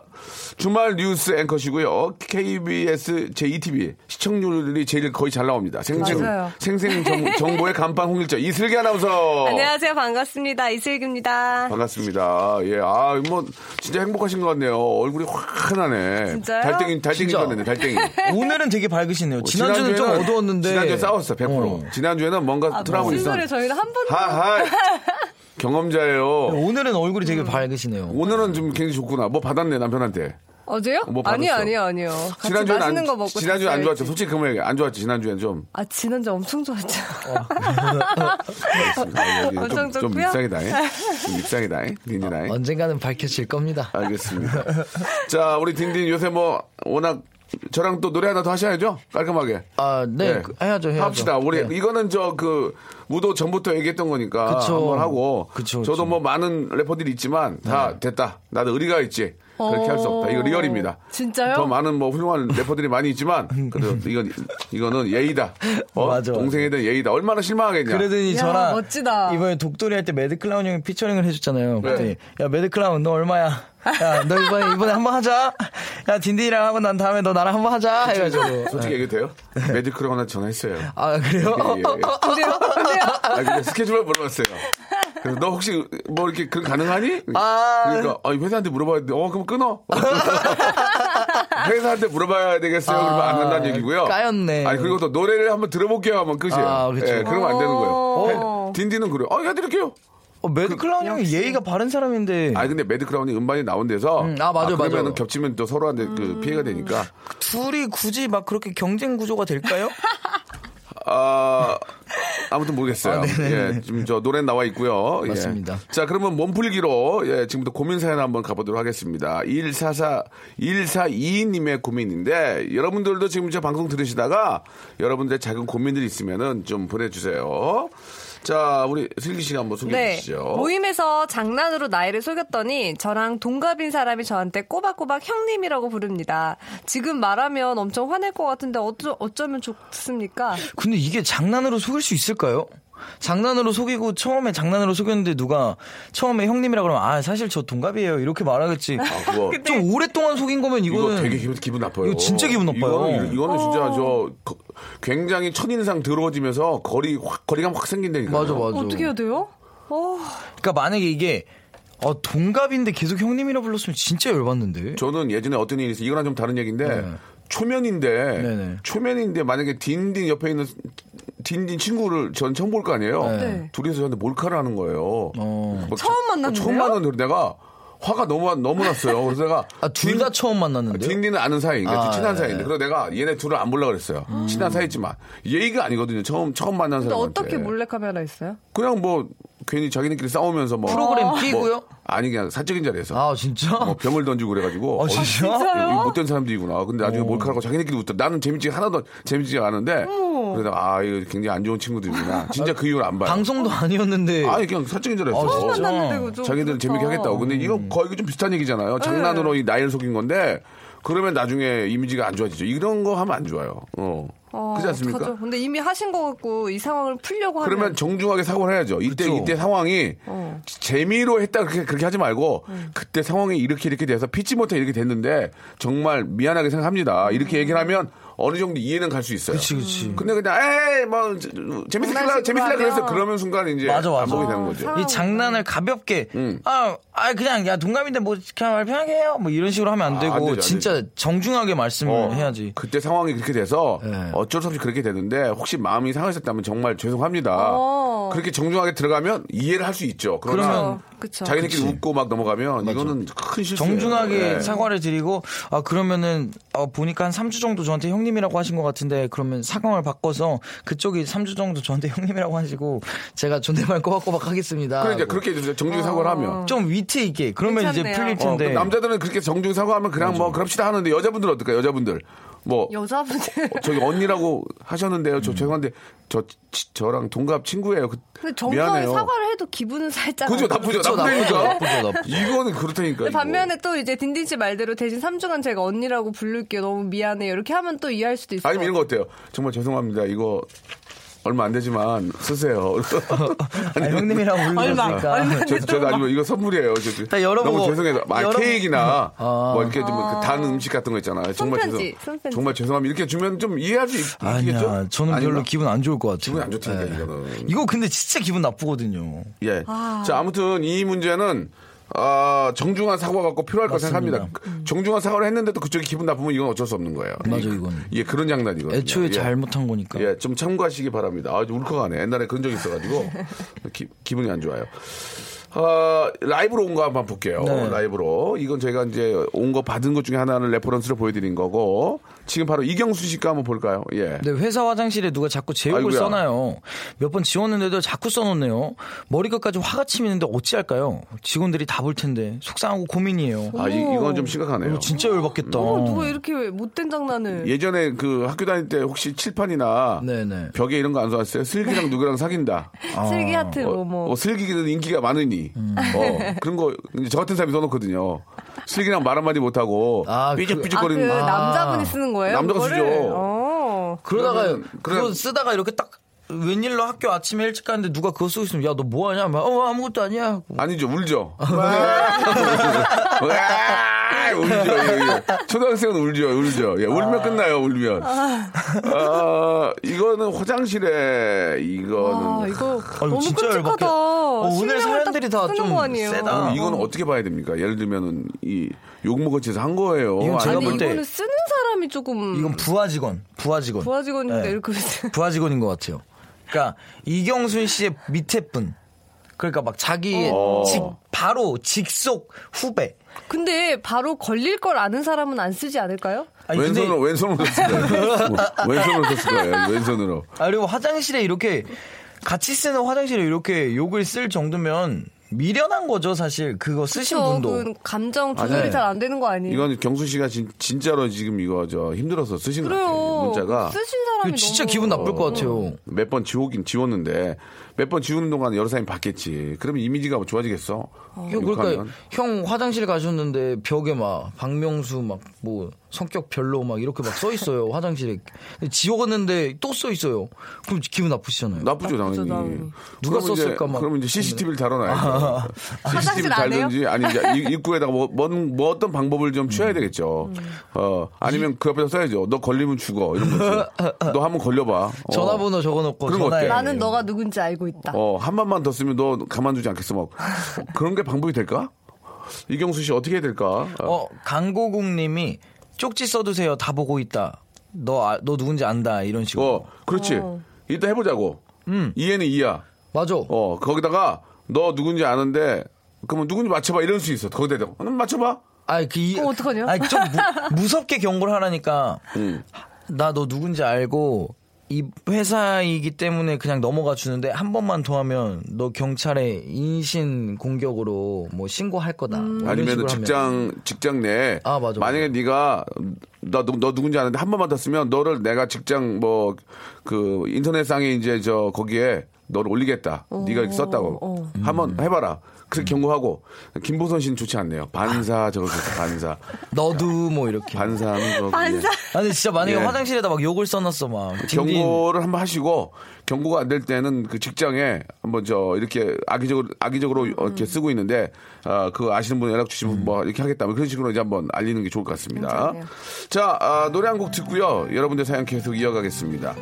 Speaker 2: 주말 뉴스 앵커시고요. KBS JTV 시청률이 제일 거의 잘 나옵니다. 생생,
Speaker 7: 맞아요.
Speaker 2: 생생
Speaker 7: (laughs)
Speaker 2: 정, 보의 간판 홍일자 이슬기 아나운서.
Speaker 7: 안녕하세요. 반갑습니다. 이슬기입니다.
Speaker 2: 반갑습니다. 예, 아, 뭐, 진짜 행복하신 것 같네요. 얼굴이 환하네.
Speaker 7: 진짜요?
Speaker 2: 달땡이, 달땡이
Speaker 6: 진짜.
Speaker 2: 같네, 달땡이.
Speaker 6: 오늘은 되게 밝으시네요. (laughs) 지난주는 좀
Speaker 2: 어, 지난주에는-
Speaker 6: 어두웠는데.
Speaker 2: 지난주에 싸웠어, 100%.
Speaker 6: 어.
Speaker 2: 지난주에는 뭔가 트러블이
Speaker 7: 아, 무슨
Speaker 2: 있어.
Speaker 7: 소리 저희는 한 번도
Speaker 2: 하하. (laughs) 경험자예요.
Speaker 6: 어, 오늘은 얼굴이 되게 밝으시네요.
Speaker 2: 음. 오늘은 좀 굉장히 좋구나. 뭐 받았네, 남편한테.
Speaker 7: 어제요?
Speaker 2: 뭐 받았어.
Speaker 7: 아니요, 아니요, 아니요. 같이
Speaker 2: 지난주엔
Speaker 7: 맛있는
Speaker 2: 안,
Speaker 7: 거 먹고
Speaker 2: 지난주엔 안
Speaker 7: 잤어요,
Speaker 2: 좋았죠.
Speaker 7: 이제.
Speaker 2: 솔직히 그 말이야. 안 좋았지, 지난주엔 좀.
Speaker 7: 아, 지난주 엄청
Speaker 2: (laughs)
Speaker 7: 좋았죠.
Speaker 2: 아, 여기
Speaker 7: 엄청
Speaker 2: 좀, 좀
Speaker 7: 좋고요.
Speaker 2: 입상이다. 좀 입상이다. 딘딘아.
Speaker 6: 언젠가는 밝혀질 겁니다.
Speaker 2: 알겠습니다. 자, 우리 딘딘 요새 뭐 워낙 저랑 또 노래 하나 더 하셔야죠. 깔끔하게. 예.
Speaker 6: 아, 네. 그- 해야죠, 해야죠.
Speaker 2: 합시다. 우리
Speaker 6: 네.
Speaker 2: 이거는 저 그 무도 전부터 얘기했던 거니까
Speaker 6: 그쵸.
Speaker 2: 한번 하고.
Speaker 6: 그쵸, 네.
Speaker 2: 저도
Speaker 6: 그쵸.
Speaker 2: 뭐 많은 래퍼들이 있지만 다 됐다. 나도 의리가 있지. 그렇게 할 수 없다.
Speaker 6: 어,
Speaker 2: 이거 리얼입니다.
Speaker 7: 진짜요?
Speaker 2: 더 많은 뭐 훌륭한 래퍼들이 많이
Speaker 6: (laughs)
Speaker 2: 있지만 그래도 이건 이거는 예의다. 어?
Speaker 6: 맞아, 맞아.
Speaker 2: 동생에 대한 예의다. 얼마나 실망하겠냐.
Speaker 6: 그러더니
Speaker 7: 야,
Speaker 6: 저랑
Speaker 7: 멋지다.
Speaker 6: 이번에 독돌이 할 때 매드클라운 형이 피처링을
Speaker 2: 네.
Speaker 6: 해줬잖아요. 그랬더니 야 매드클라운 너 얼마야? 야 너 이번에 이번에 한번 하자. 야 딘딘이랑 하고 난 다음에 너 나랑 한번 하자 해가지고. 네.
Speaker 2: 솔직히 얘기해도 돼요? 매드크로 하나 전화했어요.
Speaker 6: 아 그래요?
Speaker 2: 예, 예. 아, 근데 스케줄을 물어봤어요. 그래서 너 혹시 뭐 이렇게 그 가능하니?
Speaker 6: 아.
Speaker 2: 그러니까 아, 회사한테 물어봐야 돼. 어 그럼 끊어. (laughs) 회사한테 물어봐야 되겠어요. 그러면 안 한다는 얘기고요.
Speaker 6: 아, 까였네.
Speaker 2: 아니 그리고 또 노래를 한번 들어볼게요. 하면 끝이에요.
Speaker 6: 아, 그쵸.
Speaker 2: 예, 그러면 안 되는 거예요.
Speaker 7: 어.
Speaker 2: 해- 딘딘은 그래요. 어, 야 드릴게요.
Speaker 6: 어, 매드클라운 형이 예의가 바른 사람인데
Speaker 2: 아 근데 매드크라운이 음반이 나온 데서
Speaker 6: 네. 음, 아, 맞아요,
Speaker 2: 그러면
Speaker 6: 맞아요. 음.
Speaker 2: 겹치면 또 서로한테 그 피해가 되니까
Speaker 6: 둘이 굳이 막 그렇게 경쟁 구조가 될까요?
Speaker 2: 아, 아무튼 모르겠어요. 예, 지금 저 노래 나와 있고요. 예.
Speaker 6: 맞습니다.
Speaker 2: 자, 그러면 몸풀기로 예, 지금부터 고민 사연 한번 가보도록 하겠습니다. 144 1422님의 고민인데 여러분들도 지금 저 방송 들으시다가 여러분들의 작은 고민들이 있으면은 좀 보내주세요. 자, 우리 슬기 씨가 한번 소개해
Speaker 7: 네.
Speaker 2: 주시죠.
Speaker 7: 모임에서 장난으로 나이를 속였더니 저랑 동갑인 사람이 저한테 꼬박꼬박 형님이라고 부릅니다. 지금 말하면 엄청 화낼 것 같은데 어쩌, 어쩌면 좋습니까?
Speaker 2: 아,
Speaker 6: 근데 이게 장난으로 속일 수 있을까요? 장난으로 속이고 처음에 장난으로 속였는데 누가 처음에 형님이라 그러면 아 사실 저 동갑이에요 이렇게 말하겠지.
Speaker 2: 아, 그거
Speaker 6: 좀 오랫동안 속인 거면
Speaker 2: 이거
Speaker 6: 이거는
Speaker 2: 되게 기분, 기분 나빠요.
Speaker 6: 이거 진짜 기분 나빠요.
Speaker 2: 이거는, 이거는
Speaker 7: 어.
Speaker 2: 진짜 저 거- 굉장히 첫인상 더러워지면서 거리 확, 거리감 확 생긴다니까.
Speaker 6: 맞아 맞아.
Speaker 7: 어떻게 해야 돼요? 어,
Speaker 6: 그러니까 만약에 이게 어, 동갑인데 계속 형님이라 불렀으면 진짜 열받는데.
Speaker 2: 저는 예전에 어떤 일이 있어 이거랑 좀 다른 얘기인데 초면인데
Speaker 6: 네. 네네.
Speaker 2: 초면인데 만약에 딘딘 옆에 있는 딘딘 친구를 전 처음 볼 거 아니에요.
Speaker 7: 네.
Speaker 2: 둘이서 저한테 몰카를 하는 거예요.
Speaker 6: 어.
Speaker 2: 뭐
Speaker 7: 처음
Speaker 2: 저-
Speaker 7: 만났는데요?
Speaker 2: 처음 만났는데 내가 화가 너무 너무 났어요. 그래서 내가
Speaker 6: (laughs) 아, 둘
Speaker 2: 딘-
Speaker 6: 다 처음 만났는데요?
Speaker 2: 딘딘은 아는 사이인데
Speaker 6: 아,
Speaker 2: 친한
Speaker 6: 네. 음.
Speaker 2: 사이인데 그래서 내가 얘네 둘을 안 보려고 그랬어요. 친한 사이지만 예의가 아니거든요. 처음 처음 만난
Speaker 7: 근데
Speaker 2: 사람한테.
Speaker 7: 어떻게 몰래카메라 있어요?
Speaker 2: 그냥 뭐 괜히 자기네끼리 싸우면서 뭐
Speaker 6: 프로그램
Speaker 2: 뭐
Speaker 6: 끼고요?
Speaker 2: 아니 그냥 사적인 자리에서
Speaker 6: 아, 진짜?
Speaker 2: 뭐 어, 병을 던지고 그래가지고
Speaker 6: 아, 진짜?
Speaker 2: 이- 이 못된 사람들이구나. 근데 나중에
Speaker 6: 어.
Speaker 2: 몰카라고 자기네끼리 웃다. 나는 재밌지 하나도 재밌지 않은데 그래서 아 이거 굉장히 안 좋은
Speaker 6: (laughs)
Speaker 2: 친구들이구나. 진짜 그 이유를 안 봐요.
Speaker 6: 방송도 아니었는데.
Speaker 2: 아니 그냥 사적인 자리에서
Speaker 6: 아,
Speaker 7: 처음
Speaker 6: 진짜? 음.
Speaker 7: 만났는데 그죠?
Speaker 2: 어, 자기들 재밌게 하겠다고. 근데 이건 거의 좀 비슷한
Speaker 6: 네.
Speaker 2: 얘기잖아요. 장난으로 이 나이를 속인 건데 그러면 나중에 이미지가 안 좋아지죠. 이런 거 하면 안 좋아요. 어. 그렇지 않습니까?
Speaker 7: 죠 근데 이미 하신 거 같고 이 상황을 풀려고 하면
Speaker 2: 그러면 정중하게 사과를 해야죠. 이때
Speaker 6: 그쵸.
Speaker 2: 이때 상황이
Speaker 7: 어. 음.
Speaker 2: 재미로 했다 그렇게 그렇게 하지 말고 그때 상황이 이렇게 이렇게 돼서 피치 못해 이렇게 됐는데 정말 미안하게 생각합니다. 이렇게
Speaker 7: 음.
Speaker 2: 얘기를 하면 어느 정도 이해는 갈 수 있어요.
Speaker 6: 그치, 그치.
Speaker 2: 근데 그냥 에이 뭐 재밌을라
Speaker 7: 장난식으로
Speaker 2: 재밌을라 그래서
Speaker 7: 하면.
Speaker 2: 그러면 순간 이제
Speaker 6: 맞아, 맞아.
Speaker 2: 안 보게 되는 거죠.
Speaker 7: 사-
Speaker 6: 이 장난을 가볍게
Speaker 2: 음.
Speaker 6: 아, 아 그냥 야 동갑인데 뭐 그냥 편하게 해요 뭐 이런 식으로 하면 안
Speaker 2: 아,
Speaker 6: 되고
Speaker 2: 안 되죠, 안
Speaker 6: 진짜 정중하게 말씀을
Speaker 2: 어,
Speaker 6: 네, 해야지
Speaker 2: 그때 상황이 그렇게 돼서
Speaker 6: 네.
Speaker 2: 어쩔 수 없이 그렇게 되는데 혹시 마음이 상하셨다면 정말 죄송합니다.
Speaker 7: 어.
Speaker 2: 그렇게 정중하게 들어가면 이해를 할 수 있죠. 그러나
Speaker 6: 그러면
Speaker 7: 그렇죠. 그쵸.
Speaker 2: 자기네끼리 웃고 막 넘어가면 이거는 큰 실수예요.
Speaker 6: 정중하게
Speaker 2: 네.
Speaker 6: 사과를 드리고 아 그러면은 어, 보니까 한 3주 정도 저한테 형님이라고 하신 것 같은데 그러면 사과를 바꿔서 그쪽이 3주 정도 저한테 (laughs) 형님이라고 하시고 제가 존댓말 꼬박꼬박 하겠습니다
Speaker 2: 그러니까 그래 이제
Speaker 6: 하고.
Speaker 2: 그렇게 해주세요. 정중히
Speaker 7: 어.
Speaker 2: 사과를 하면.
Speaker 6: 좀 위트 있게 그러면
Speaker 7: 괜찮네요.
Speaker 6: 이제 풀릴
Speaker 2: 어,
Speaker 6: 텐데
Speaker 2: 남자들은 그렇게 정중히 사과하면 그냥 뭐 그럽시다 하는데 여자분들 은 어떨까요? 여자분들 뭐
Speaker 7: 여자분들 (laughs)
Speaker 2: 어, 저기 언니라고 하셨는데요.
Speaker 6: 음.
Speaker 2: 저 죄송한데 저 치- 저랑 동갑 친구예요. 그-
Speaker 7: 근데 정상에
Speaker 2: 미안해요.
Speaker 7: 사과를 해도 기분은 살짝
Speaker 2: 그죠
Speaker 7: 안
Speaker 2: 나쁘죠
Speaker 6: 그쵸,
Speaker 2: 나쁘죠
Speaker 6: 나쁘죠, 나쁘죠.
Speaker 2: 이거는 그렇다니까.
Speaker 7: 근데 반면에 또 이제 딘딘 씨 말대로 대신 3주간 제가 언니라고 부를게요. 너무 미안해요. 이렇게 하면 또 이해할 수도 있어요.
Speaker 2: 아니면 이런 거 어때요? 정말 죄송합니다. 이거 얼마 안 되지만 쓰세요.
Speaker 6: (laughs) 아, 형님이라고 불러주니까
Speaker 2: 저, 저도 아니면 이거 선물이에요. 저-
Speaker 6: 다 열어보고.
Speaker 2: 너무 죄송해요. 아,
Speaker 6: 열어보-
Speaker 2: 케이크나
Speaker 6: 아.
Speaker 2: 뭐 이렇게 좀단 음식 같은 거 있잖아요. 정말
Speaker 7: 손편지,
Speaker 2: 죄송.
Speaker 7: 손편지.
Speaker 2: 정말 죄송합니다. 이렇게 주면 좀 이해할 수 있- 있겠죠?
Speaker 6: 아니야 저는 별로
Speaker 2: 아닌가?
Speaker 6: 기분 안 좋을 것 같아요
Speaker 2: 기분이 안 좋다니까
Speaker 6: 네.
Speaker 2: 이거는.
Speaker 6: 이거 근데 진짜 기분 나쁘거든요
Speaker 2: 예. 자 아무튼 이 문제는 아, 정중한 사과가 꼭 필요할 거
Speaker 6: 맞습니다.
Speaker 2: 생각합니다. 정중한 사과를 했는데도 그쪽이 기분 나쁘면 이건 어쩔 수 없는 거예요.
Speaker 6: 맞아요,
Speaker 2: 이-
Speaker 6: 이거는.
Speaker 2: 예, 그런 장난이거든요.
Speaker 6: 애초에
Speaker 2: 예.
Speaker 6: 잘못한 거니까
Speaker 2: 예, 좀 참고하시기 바랍니다. 아, 좀 울컥하네. 옛날에 그런 적이 있어가지고 (laughs) 기, 분이안 좋아요. 아, 라이브로 온 거 한번 볼게요.
Speaker 6: 네.
Speaker 2: 라이브로. 이건 저희가 이제 온 거 받은 것 중에 하나를 레퍼런스로 보여드린 거고 지금 바로 이경수 씨가 한번 볼까요? 예.
Speaker 6: 근데 회사 화장실에 누가 자꾸 제 욕을
Speaker 2: 아이고야.
Speaker 6: 써놔요. 몇 번 지웠는데도 자꾸 써놓네요. 머리끝까지 화가 치미는데 어찌할까요? 직원들이 다 볼 텐데 속상하고 고민이에요.
Speaker 2: 아, 이, 이건 좀 심각하네요.
Speaker 6: 이거 진짜 열받겠다.
Speaker 7: 어, 누가 이렇게 왜 못된 장난을.
Speaker 2: 예전에 그 학교 다닐 때 혹시 칠판이나
Speaker 6: 네네.
Speaker 2: 벽에 이런 거 안 써놨어요? 슬기랑 누구랑 사귄다.
Speaker 7: 슬기 하트 뭐 뭐.
Speaker 2: 어, 슬기는 인기가 많으니.
Speaker 6: 음.
Speaker 2: 어, 그런 거, 이제 저 같은 사람이 써놓거든요. 슬기랑 말 한마디 못하고,
Speaker 6: 아, 그-
Speaker 7: 아, 그
Speaker 2: 삐죽삐죽거리는.
Speaker 7: 남자분이 쓰는 거예요?
Speaker 2: 남자가
Speaker 7: 그거를?
Speaker 2: 쓰죠.
Speaker 7: 어.
Speaker 6: 그러다가
Speaker 2: 그러면-
Speaker 6: 그거
Speaker 2: 그럼-
Speaker 6: 쓰다가 이렇게 딱 웬일로 학교 아침에 일찍 가는데 누가 그거 쓰고 있으면 야 너 뭐하냐? 막, 어 아무것도 아니야. 하고.
Speaker 2: 아니죠,
Speaker 7: (laughs)
Speaker 2: 울죠. 와, 울죠. 예, 예. 초등학생은 울죠, 울죠. 예, 울면 끝나요, 울면.
Speaker 7: 아.
Speaker 2: 아, 이거는 화장실에, 이거는.
Speaker 7: 아, 이거
Speaker 6: 아유,
Speaker 7: 너무
Speaker 6: 진짜
Speaker 7: 끔찍하다.
Speaker 6: 열받게. 어, 오늘
Speaker 7: 신명을 딱
Speaker 6: 사연들이 다
Speaker 7: 쓰는
Speaker 6: 좀
Speaker 7: 거 아니에요?
Speaker 6: 세다.
Speaker 2: 그럼 이건 어떻게 봐야 됩니까? 예를 들면은, 이, 욕먹은 짓을 한 거예요.
Speaker 6: 이건 제가
Speaker 2: 아니면
Speaker 7: 아니
Speaker 6: 볼 때-
Speaker 7: 이거는 쓰는 사람이
Speaker 2: 음.
Speaker 7: 조금
Speaker 6: 이건 부하 직원, 부하 직원.
Speaker 7: 부하 직원인데
Speaker 6: 네.
Speaker 7: 이렇게 쓰-
Speaker 6: 부하 직원인 것 같아요. 그러니까 이경순 씨의 밑에 분. 그러니까 막 자기
Speaker 2: 어.
Speaker 6: 직 바로 직속 후배.
Speaker 7: (laughs) 근데 바로 걸릴 걸 아는 사람은 안 쓰지 않을까요?
Speaker 6: 아니, 근데-
Speaker 2: 왼손으로 왼손으로 썼을
Speaker 6: (laughs)
Speaker 2: 거예요. 왼손으로 썼을 거예요. 왼손으로.
Speaker 6: 아, 그리고 화장실에 이렇게 같이 쓰는 화장실에 이렇게 욕을 쓸 정도면 미련한 거죠 사실 그거 쓰신
Speaker 7: 그쵸?
Speaker 6: 분도.
Speaker 7: 그건 감정 조절이
Speaker 6: 아, 네.
Speaker 7: 잘 안 되는 거 아니에요?
Speaker 2: 이건 경수 씨가 진, 진짜로 지금 이거 저 힘들어서 쓰신 것
Speaker 7: 그래요.
Speaker 2: 같아요. 네. 문자가
Speaker 7: 쓰신 사람이
Speaker 6: 이거 진짜
Speaker 7: 너무- 음.
Speaker 6: 기분 나쁠 것 같아요.
Speaker 2: 몇 번 지우긴 지웠는데 몇 번 지우는 동안 여러 사람이 봤겠지. 그러면 이미지가 뭐 좋아지겠어?
Speaker 6: 이거 그러니까
Speaker 2: 욕하면.
Speaker 6: 형 화장실 가셨는데 벽에 막 박명수 막 뭐 성격 별로 막 이렇게 막 써 있어요 화장실에 지웠는데 또 써 있어요. 그럼 기분 나쁘시잖아요.
Speaker 2: 나쁘죠 당연히.
Speaker 7: 당연히.
Speaker 6: 누가
Speaker 2: 그러면 이제-
Speaker 6: 썼을까 막.
Speaker 2: 그러면 이제 CCTV를 달아놔야 돼. CCTV
Speaker 7: 화장실 안 해요?
Speaker 2: 달든지 아니 이제 이- 입구에다가 뭐, 뭔- 뭐 어떤 방법을 좀 취해야 되겠죠. 어 아니면 그 옆에서 써야죠. 너 걸리면 죽어 이런 거지. 너 한번 걸려봐. 어.
Speaker 6: 전화번호 적어놓고
Speaker 2: 그런 거
Speaker 6: 전화해.
Speaker 2: 어때?
Speaker 7: 나는 너가 누군지 알고 있다.
Speaker 2: 네. 어, 한 번만 더 쓰면 너 가만두지 않겠어. 막 그런 게 방법이 될까? 이경수 씨 어떻게 해야 될까? 어,
Speaker 6: 어, 강고국님이 쪽지 써두세요. 다 보고 있다. 너, 아- 너 누군지 안다. 이런 식으로.
Speaker 2: 어, 그렇지. 일단 해보자고.
Speaker 6: 음.
Speaker 2: 이해는 이야.
Speaker 6: 맞아.
Speaker 2: 어, 거기다가 너 누군지 아는데 그러면 누군지 맞춰봐 이럴 수 있어. 거기다 대고 음, 맞춰봐.
Speaker 6: 아니, 그, 이,
Speaker 7: 그럼 어떡하냐?
Speaker 6: 아니, 좀
Speaker 7: (laughs)
Speaker 6: 무, 섭게 경고를 하라니까.
Speaker 2: 음.
Speaker 6: 나 너 누군지 알고, 이 회사이기 때문에 그냥 넘어가 주는데 한 번만 더 하면 너 경찰에 인신 공격으로 뭐 신고할 거다. 뭐 이런
Speaker 2: 아니면
Speaker 6: 식으로
Speaker 2: 직장 직장 내에
Speaker 6: 아, 맞아,
Speaker 2: 만약에 네가 나, 누- 너 누군지 아는데 한 번만 더 쓰면 너를 내가 직장 뭐 그 인터넷상에 이제 저 거기에 너를 올리겠다. 네가 이렇게 썼다고
Speaker 6: 음.
Speaker 2: 한번 해봐라. 그렇게 경고하고 김보선 씨는 좋지 않네요. 반사 저거 좋다, 반사
Speaker 6: 너도 뭐
Speaker 2: (laughs)
Speaker 6: 이렇게.
Speaker 2: 반사하는 거
Speaker 7: 반사.
Speaker 6: 아니 진짜 만약에
Speaker 2: 아. 예.
Speaker 6: 화장실에다 막 욕을 써놨어 막. 딘딘.
Speaker 2: 경고를 한번 하시고 경고가 안 될 때는 그 직장에 한번 저 이렇게 악의적으로 악의적으로 어, 이렇게 쓰고 있는데 아, 그 아시는 분 연락 주시면 뭐 이렇게 하겠다 뭐 그런 식으로 이제 한번 알리는 게 좋을 것 같습니다.
Speaker 7: 괜찮네요.
Speaker 2: 자 아, 노래 한 곡 듣고요 여러분들 사연 계속 이어가겠습니다.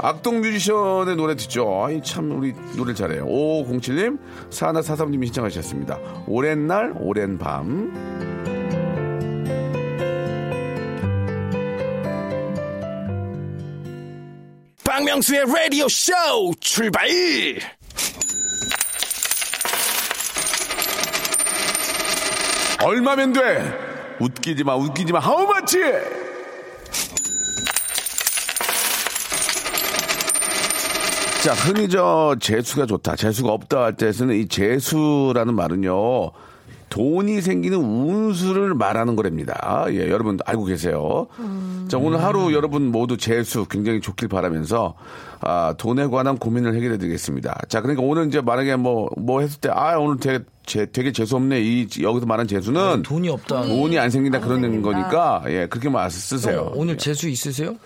Speaker 2: 악동 뮤지션의 노래 듣죠. 아이 참 우리 노래 를 잘해요. 5507님, 4143님이 신청하셨습니다. 오랜 날, 오랜 밤.
Speaker 8: 박명수의 라디오 쇼 출발!
Speaker 2: 얼마면 돼? 웃기지 마, 웃기지 마. How much? 자, 흔히 저 재수가 좋다, 재수가 없다 할 때에서는 이 재수라는 말은요. 돈이 생기는 운수를 말하는 거랍니다. 예, 여러분 알고 계세요. 자, 오늘 하루 여러분 모두 재수 굉장히 좋길 바라면서 아, 돈에 관한 고민을 해결해 드리겠습니다. 자, 그러니까 오늘 이제 만약에 뭐, 뭐 했을 때, 아, 오늘 되게, 재- 되게 재수 없네. 이, 여기서 말한 재수는
Speaker 6: 돈이 없다.
Speaker 2: 아, 돈이 안 생긴다 그런 거니까, 예, 그렇게 말 쓰세요.
Speaker 6: 어, 오늘 재수 있으세요?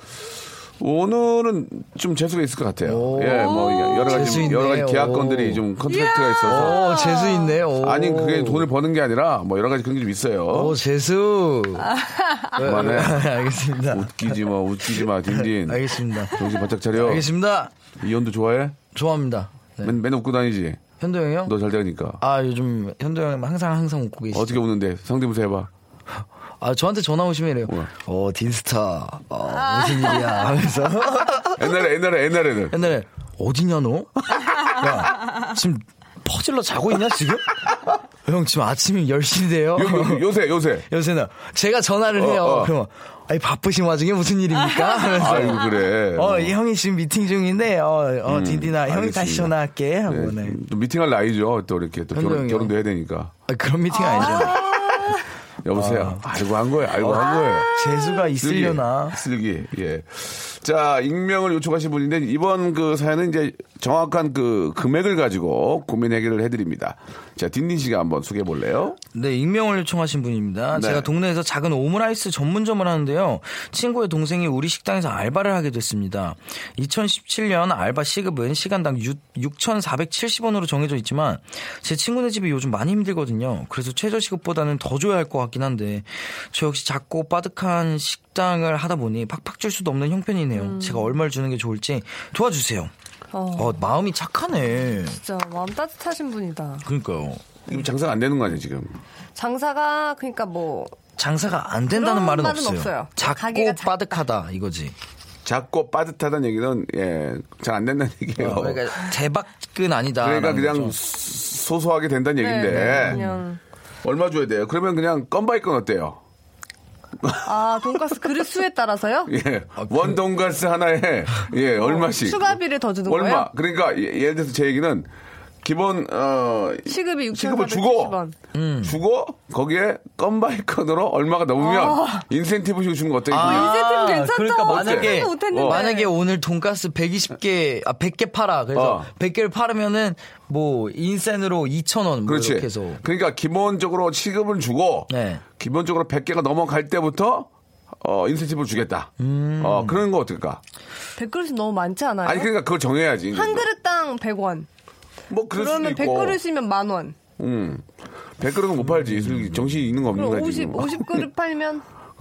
Speaker 2: 오늘은 좀 재수가 있을 것 같아요.
Speaker 6: 오.
Speaker 2: 예, 뭐 여러
Speaker 6: 재수
Speaker 2: 가지
Speaker 6: 있네요.
Speaker 2: 여러 가지 계약건들이 좀 컨트랙트가 있어서
Speaker 6: 오 재수 있네. 오.
Speaker 2: 아니 그게 돈을 버는 게 아니라 뭐 여러 가지 그런 게 좀 있어요. 아,
Speaker 6: 오 재수. 네.
Speaker 2: 그만해.
Speaker 6: (laughs) 알겠습니다.
Speaker 2: 웃기지 마, 웃기지 마, 딘딘.
Speaker 6: 알겠습니다.
Speaker 2: 정신 바짝 차려.
Speaker 6: 알겠습니다.
Speaker 2: 이현도 좋아해?
Speaker 6: 좋아합니다. 네.
Speaker 2: 맨, 맨 웃고 다니지.
Speaker 6: 현도 형이요?
Speaker 2: 너 잘 되니까.
Speaker 6: 아 요즘 현도 형 항상 항상 웃고 계시죠.
Speaker 2: 어떻게 웃는데? 상대모사 해봐.
Speaker 6: 아 저한테 전화 오시면 이래요. 어 딘스타 어, 무슨 일이야 하면서 (laughs)
Speaker 2: 옛날에, 옛날에, 옛날에는.
Speaker 6: 옛날에 어디냐 너? 야 지금 퍼질러 자고 있냐 지금? 형 지금 아침이 10시인데요.
Speaker 2: 요, 요, 요새, 요새.
Speaker 6: 요새는 제가 전화를 해요.
Speaker 2: 어.
Speaker 6: 그럼 아니 바쁘신 와중에
Speaker 2: (laughs)
Speaker 6: 무슨 일입니까? 하면서
Speaker 2: 아이고, 그래. 음,
Speaker 6: 어, 이 형이 지금 미팅 중인데 어, 어 딘딘아 형이
Speaker 2: 알겠습니다.
Speaker 6: 다시 전화할게 하고
Speaker 2: 네,
Speaker 6: 네.
Speaker 2: 또 미팅할 나이죠. 또 이렇게 또 결혼,
Speaker 6: 현동이요.
Speaker 2: 결혼도 해야 되니까.
Speaker 6: 아, 그런 미팅 아니잖아.
Speaker 2: 여보세요.
Speaker 6: 아.
Speaker 2: 알고 한 거예요. 알고 한 거예요.
Speaker 6: 재수가 있으려나.
Speaker 2: 슬기. 예. 자, 익명을 요청하신 분인데 이번 그 사연은 이제 정확한 그 금액을 가지고 고민 해결을 해드립니다. 자, 딘딘 씨가 한번 소개해 볼래요?
Speaker 6: 네, 익명을 요청하신 분입니다.
Speaker 2: 네.
Speaker 6: 제가 동네에서 작은 오므라이스 전문점을 하는데요. 친구의 동생이 우리 식당에서 알바를 하게 됐습니다. 2017년 알바 시급은 시간당 6, 6,470원으로 정해져 있지만 제 친구네 집이 요즘 많이 힘들거든요. 그래서 최저 시급보다는 더 줘야 할 것 같긴 한데 저 역시 작고 빠득한 식당을 하다 보니 팍팍 줄 수도 없는 형편이네요. 제가 얼마를 주는 게 좋을지 도와주세요.
Speaker 7: 어,
Speaker 6: 어, 마음이 착하네.
Speaker 7: 진짜 마음 따뜻하신 분이다.
Speaker 6: 그러니까요.
Speaker 2: 이거 장사가 안 되는 거 아니에요, 지금?
Speaker 7: 장사가 그러니까 뭐
Speaker 6: 장사가 안 된다는
Speaker 7: 그런
Speaker 6: 말은,
Speaker 7: 말은
Speaker 6: 없어요.
Speaker 7: 없어요.
Speaker 6: 작고
Speaker 7: 가게가 작다.
Speaker 6: 빠득하다 이거지.
Speaker 2: 작고 빠듯하다는 얘기는 예, 잘 안 된다는 (laughs) 얘기예요. 그러니까,
Speaker 6: 그러니까 대박은 아니다. 그렇죠.
Speaker 2: 그냥 소소하게 된다는 얘기인데
Speaker 7: 네, 그냥
Speaker 2: 얼마 줘야 돼요? 그러면 그냥 건바이건 어때요?
Speaker 7: 아 돈가스 그릇 수에 따라서요?
Speaker 2: 예, 원 돈가스 하나에 예 얼마씩
Speaker 7: 아, 그 어, 추가비를 더 주는
Speaker 2: 얼마?
Speaker 7: 거예요?
Speaker 2: 그러니까 예- 예를 들어서 제 얘기는 기본 어
Speaker 7: 시급이 6 4 7
Speaker 2: 시급을 주고 음.
Speaker 7: 0원 음.
Speaker 2: 주고 거기에 건바이건으로 얼마가 넘으면 인센티브식 주는 거 어때?
Speaker 7: 아. 인센티브 괜찮죠?
Speaker 6: 아, 그러니까 만약에
Speaker 7: 생각도 못했는데. 네.
Speaker 6: 만약에 오늘 돈가스 120개 아 100개 팔아. 그래서
Speaker 2: 어.
Speaker 6: 100개를 팔으면은 뭐 인센으로 2,000원 뭐
Speaker 2: 그렇지.
Speaker 6: 이렇게 해서
Speaker 2: 그러니까 기본적으로 시급을 주고
Speaker 6: 네.
Speaker 2: 기본적으로 100개가 넘어갈 때부터 어 인센티브를 주겠다.
Speaker 7: 음.
Speaker 2: 어 그런 거 어떨까?
Speaker 7: 백그릇이 너무 많지 않아요?
Speaker 2: 아니 그러니까 그걸 정해야지.
Speaker 7: 한 그릇당 100원.
Speaker 2: 뭐 그럴 수도
Speaker 7: 그러면
Speaker 2: 있고.
Speaker 7: 100그릇이면 만 원.
Speaker 2: 음. 100그릇은 못 팔지. 슬기 정신 있는 거 없는
Speaker 7: 그럼
Speaker 2: 거야 지금.
Speaker 7: 50, 50그릇
Speaker 2: (laughs)
Speaker 7: 팔면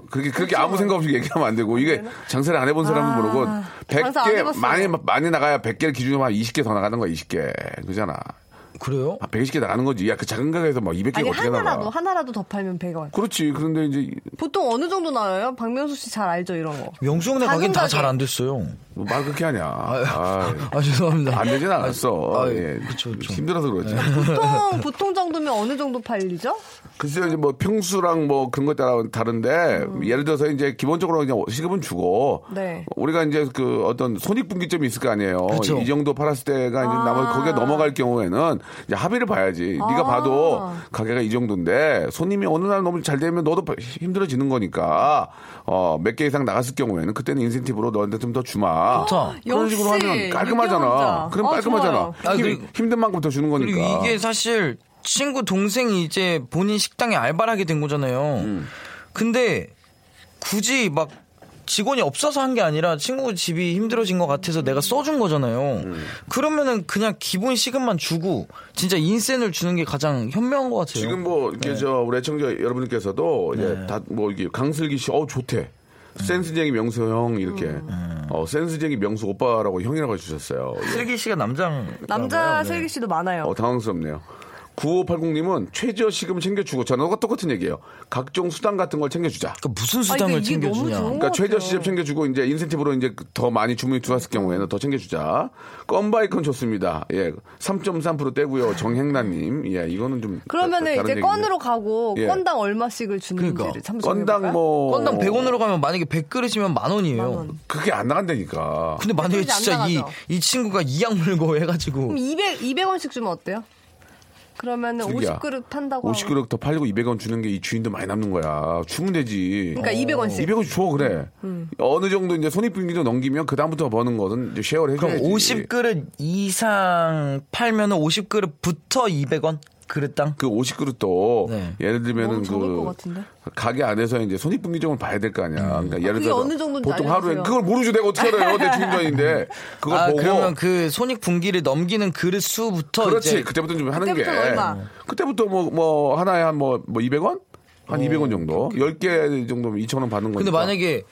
Speaker 2: 그렇게 그렇게 아무 생각 없이 얘기하면 안 되고 이게 장사를 안 해본 사람은
Speaker 7: 그렇죠. 네. 아,
Speaker 2: 모르고
Speaker 7: 장사 안
Speaker 2: 100개
Speaker 7: 해봤어요.
Speaker 2: 많이 많이 나가야 100개를 기준으로 한 20개 더 나가는 거야 20개 그잖아.
Speaker 6: 그래요?
Speaker 2: 아, 120개 나가는 거지. 야, 그 작은 가게에서 막 200개가
Speaker 7: 아니
Speaker 2: 어떻게
Speaker 7: 하나라도
Speaker 2: 나가.
Speaker 7: 하나라도 더 팔면 100원.
Speaker 2: 그렇지. 그런데 이제
Speaker 7: 보통 어느 정도 나와요? 박명수 씨 잘 알죠 이런 거.
Speaker 6: 명수 형네
Speaker 7: 작은
Speaker 6: 가게는 다
Speaker 7: 가게.
Speaker 6: 잘 안 됐어요.
Speaker 2: 뭐말 그렇게 하냐. 아,
Speaker 6: 아 죄송합니다.
Speaker 2: 안 되진 않았어.
Speaker 6: 아, 예.
Speaker 2: 예.
Speaker 6: 그쵸, 네. 그쵸.
Speaker 2: 힘들어서 그렇지. (laughs)
Speaker 7: 보통 보통 정도면 어느 정도 팔리죠?
Speaker 2: 글쎄요, 이제 뭐 평수랑 뭐 그런 것 따라 다른데 예를 들어서 이제 기본적으로 그냥 시급은 주고
Speaker 7: 음. 네.
Speaker 2: 우리가 이제 그 어떤 손익분기점이 있을 거 아니에요.
Speaker 6: 그쵸.
Speaker 2: 이 정도 팔았을 때가
Speaker 7: 아.
Speaker 2: 이제 나머지 거기에 넘어갈 경우에는 이제 합의를 봐야지. 네가 봐도 가게가 이 정도인데 손님이 어느 날 너무 잘 되면 너도 힘들어지는 거니까 어 몇 개 이상 나갔을 경우에는 그때는 인센티브로 너한테 좀 더 주마.
Speaker 6: 좋다.
Speaker 2: 그런
Speaker 7: 역시
Speaker 2: 식으로 하면
Speaker 7: 유경험자.
Speaker 2: 깔끔하잖아. 그럼
Speaker 7: 어,
Speaker 2: 깔끔하잖아.
Speaker 7: 좋아요.
Speaker 6: 아,
Speaker 2: 힘-
Speaker 6: 그리고-
Speaker 2: 힘든 만큼 더 주는 거니까.
Speaker 6: 그리고 이게 사실 친구 동생이 이제 본인 식당에 알바를 하게 된 거잖아요.
Speaker 2: 음.
Speaker 6: 근데 굳이 막 직원이 없어서 한 게 아니라 친구 집이 힘들어진 것 같아서 내가 써준 거잖아요.
Speaker 2: 음.
Speaker 6: 그러면은 그냥 기본 시급만 주고 진짜 인센을 주는 게 가장 현명한 것 같아요.
Speaker 2: 지금 뭐
Speaker 7: 네.
Speaker 2: 이게 저 우리 애청자 여러분께서도 이제 다 뭐 이게 강슬기 씨, 어 좋대. 센스쟁이 명수 형 이렇게
Speaker 7: 음.
Speaker 2: 어 센스쟁이 명수 오빠라고 형이라고 해주셨어요. 예.
Speaker 6: 슬기 씨가 남장
Speaker 7: 남자 슬기 씨도 많아요.
Speaker 2: 네. 어 당황스럽네요. 9580님은 최저 시금 챙겨주고 저는 똑같은 얘기예요. 각종 수당 같은 걸 챙겨주자.
Speaker 6: 그러니까 무슨
Speaker 7: 아,
Speaker 6: 수당을
Speaker 7: 근데 이게 너무
Speaker 6: 챙겨주냐.
Speaker 7: 좋은 것
Speaker 2: 그러니까 최저
Speaker 7: 같아요.
Speaker 2: 시급 챙겨주고 이제 인센티브로 이제 더 많이 주문이 들어왔을 경우에는 더 챙겨주자. 건바이컨 좋습니다. 예, 3.3% 떼고요. 정행란님, 예, 이거는 좀
Speaker 7: 그러면은
Speaker 2: 다른
Speaker 7: 이제
Speaker 2: 얘기인데.
Speaker 7: 건으로 가고
Speaker 2: 예.
Speaker 7: 건당 얼마씩을 주는지를
Speaker 6: 그러니까.
Speaker 7: 참정해볼까
Speaker 2: 건당 뭐
Speaker 6: 건당 100원으로 가면 만약에 100그릇이면 만 원이에요.
Speaker 7: 원.
Speaker 2: 그게 안 나간다니까.
Speaker 6: 근데 만약에
Speaker 7: 그러지
Speaker 6: 진짜 이,
Speaker 7: 않나가죠.
Speaker 6: 이 친구가 이악 물고 해가지고
Speaker 7: 그럼 200 200원씩 주면 어때요? 그러면은
Speaker 2: 뭐. 슬기야,
Speaker 7: 50그릇 판다고 하고.
Speaker 2: 50그릇 더 팔리고 200원 주는 게 이 주인도 많이 남는 거야. 주면 되지. 어,
Speaker 7: 그러니까 200원씩. 음,
Speaker 2: 200원 줘 그래. 어느 정도 이제 손익분기점 넘기면 그 다음부터 버는 거는 이제 쉐어를
Speaker 6: 그럼
Speaker 2: 해줘야지.
Speaker 6: 50그릇 이상 팔면 50그릇부터 200원? 그릇당?
Speaker 2: 그 50그릇도
Speaker 6: 네.
Speaker 2: 예를 들면은
Speaker 7: 너무 적을 것
Speaker 2: 그
Speaker 7: 같은데? 음.
Speaker 2: 가게 안에서 이제 손익분기점을 봐야 될 거 아니야. 그러니까 예를
Speaker 7: 그게
Speaker 2: 들어
Speaker 7: 어느 정도인지
Speaker 2: 보통 하루에
Speaker 7: 알려주세요.
Speaker 2: 그걸 모르죠. 내가 어떻게 알아요?
Speaker 7: (laughs)
Speaker 2: 내 주인장인데 그걸
Speaker 6: 아,
Speaker 2: 보고
Speaker 6: 그러면 그 손익분기를 넘기는 그릇 수부터
Speaker 2: 그렇지.
Speaker 6: 이제
Speaker 2: 그때부터 좀 하는
Speaker 7: 그때부터
Speaker 2: 게.
Speaker 7: 얼마?
Speaker 2: 그때부터 뭐, 뭐, 하나에 한 뭐, 뭐 200원? 한 200원 정도? 10개 정도면 2,000원 받는 거니까.
Speaker 6: 어. 근데 만약에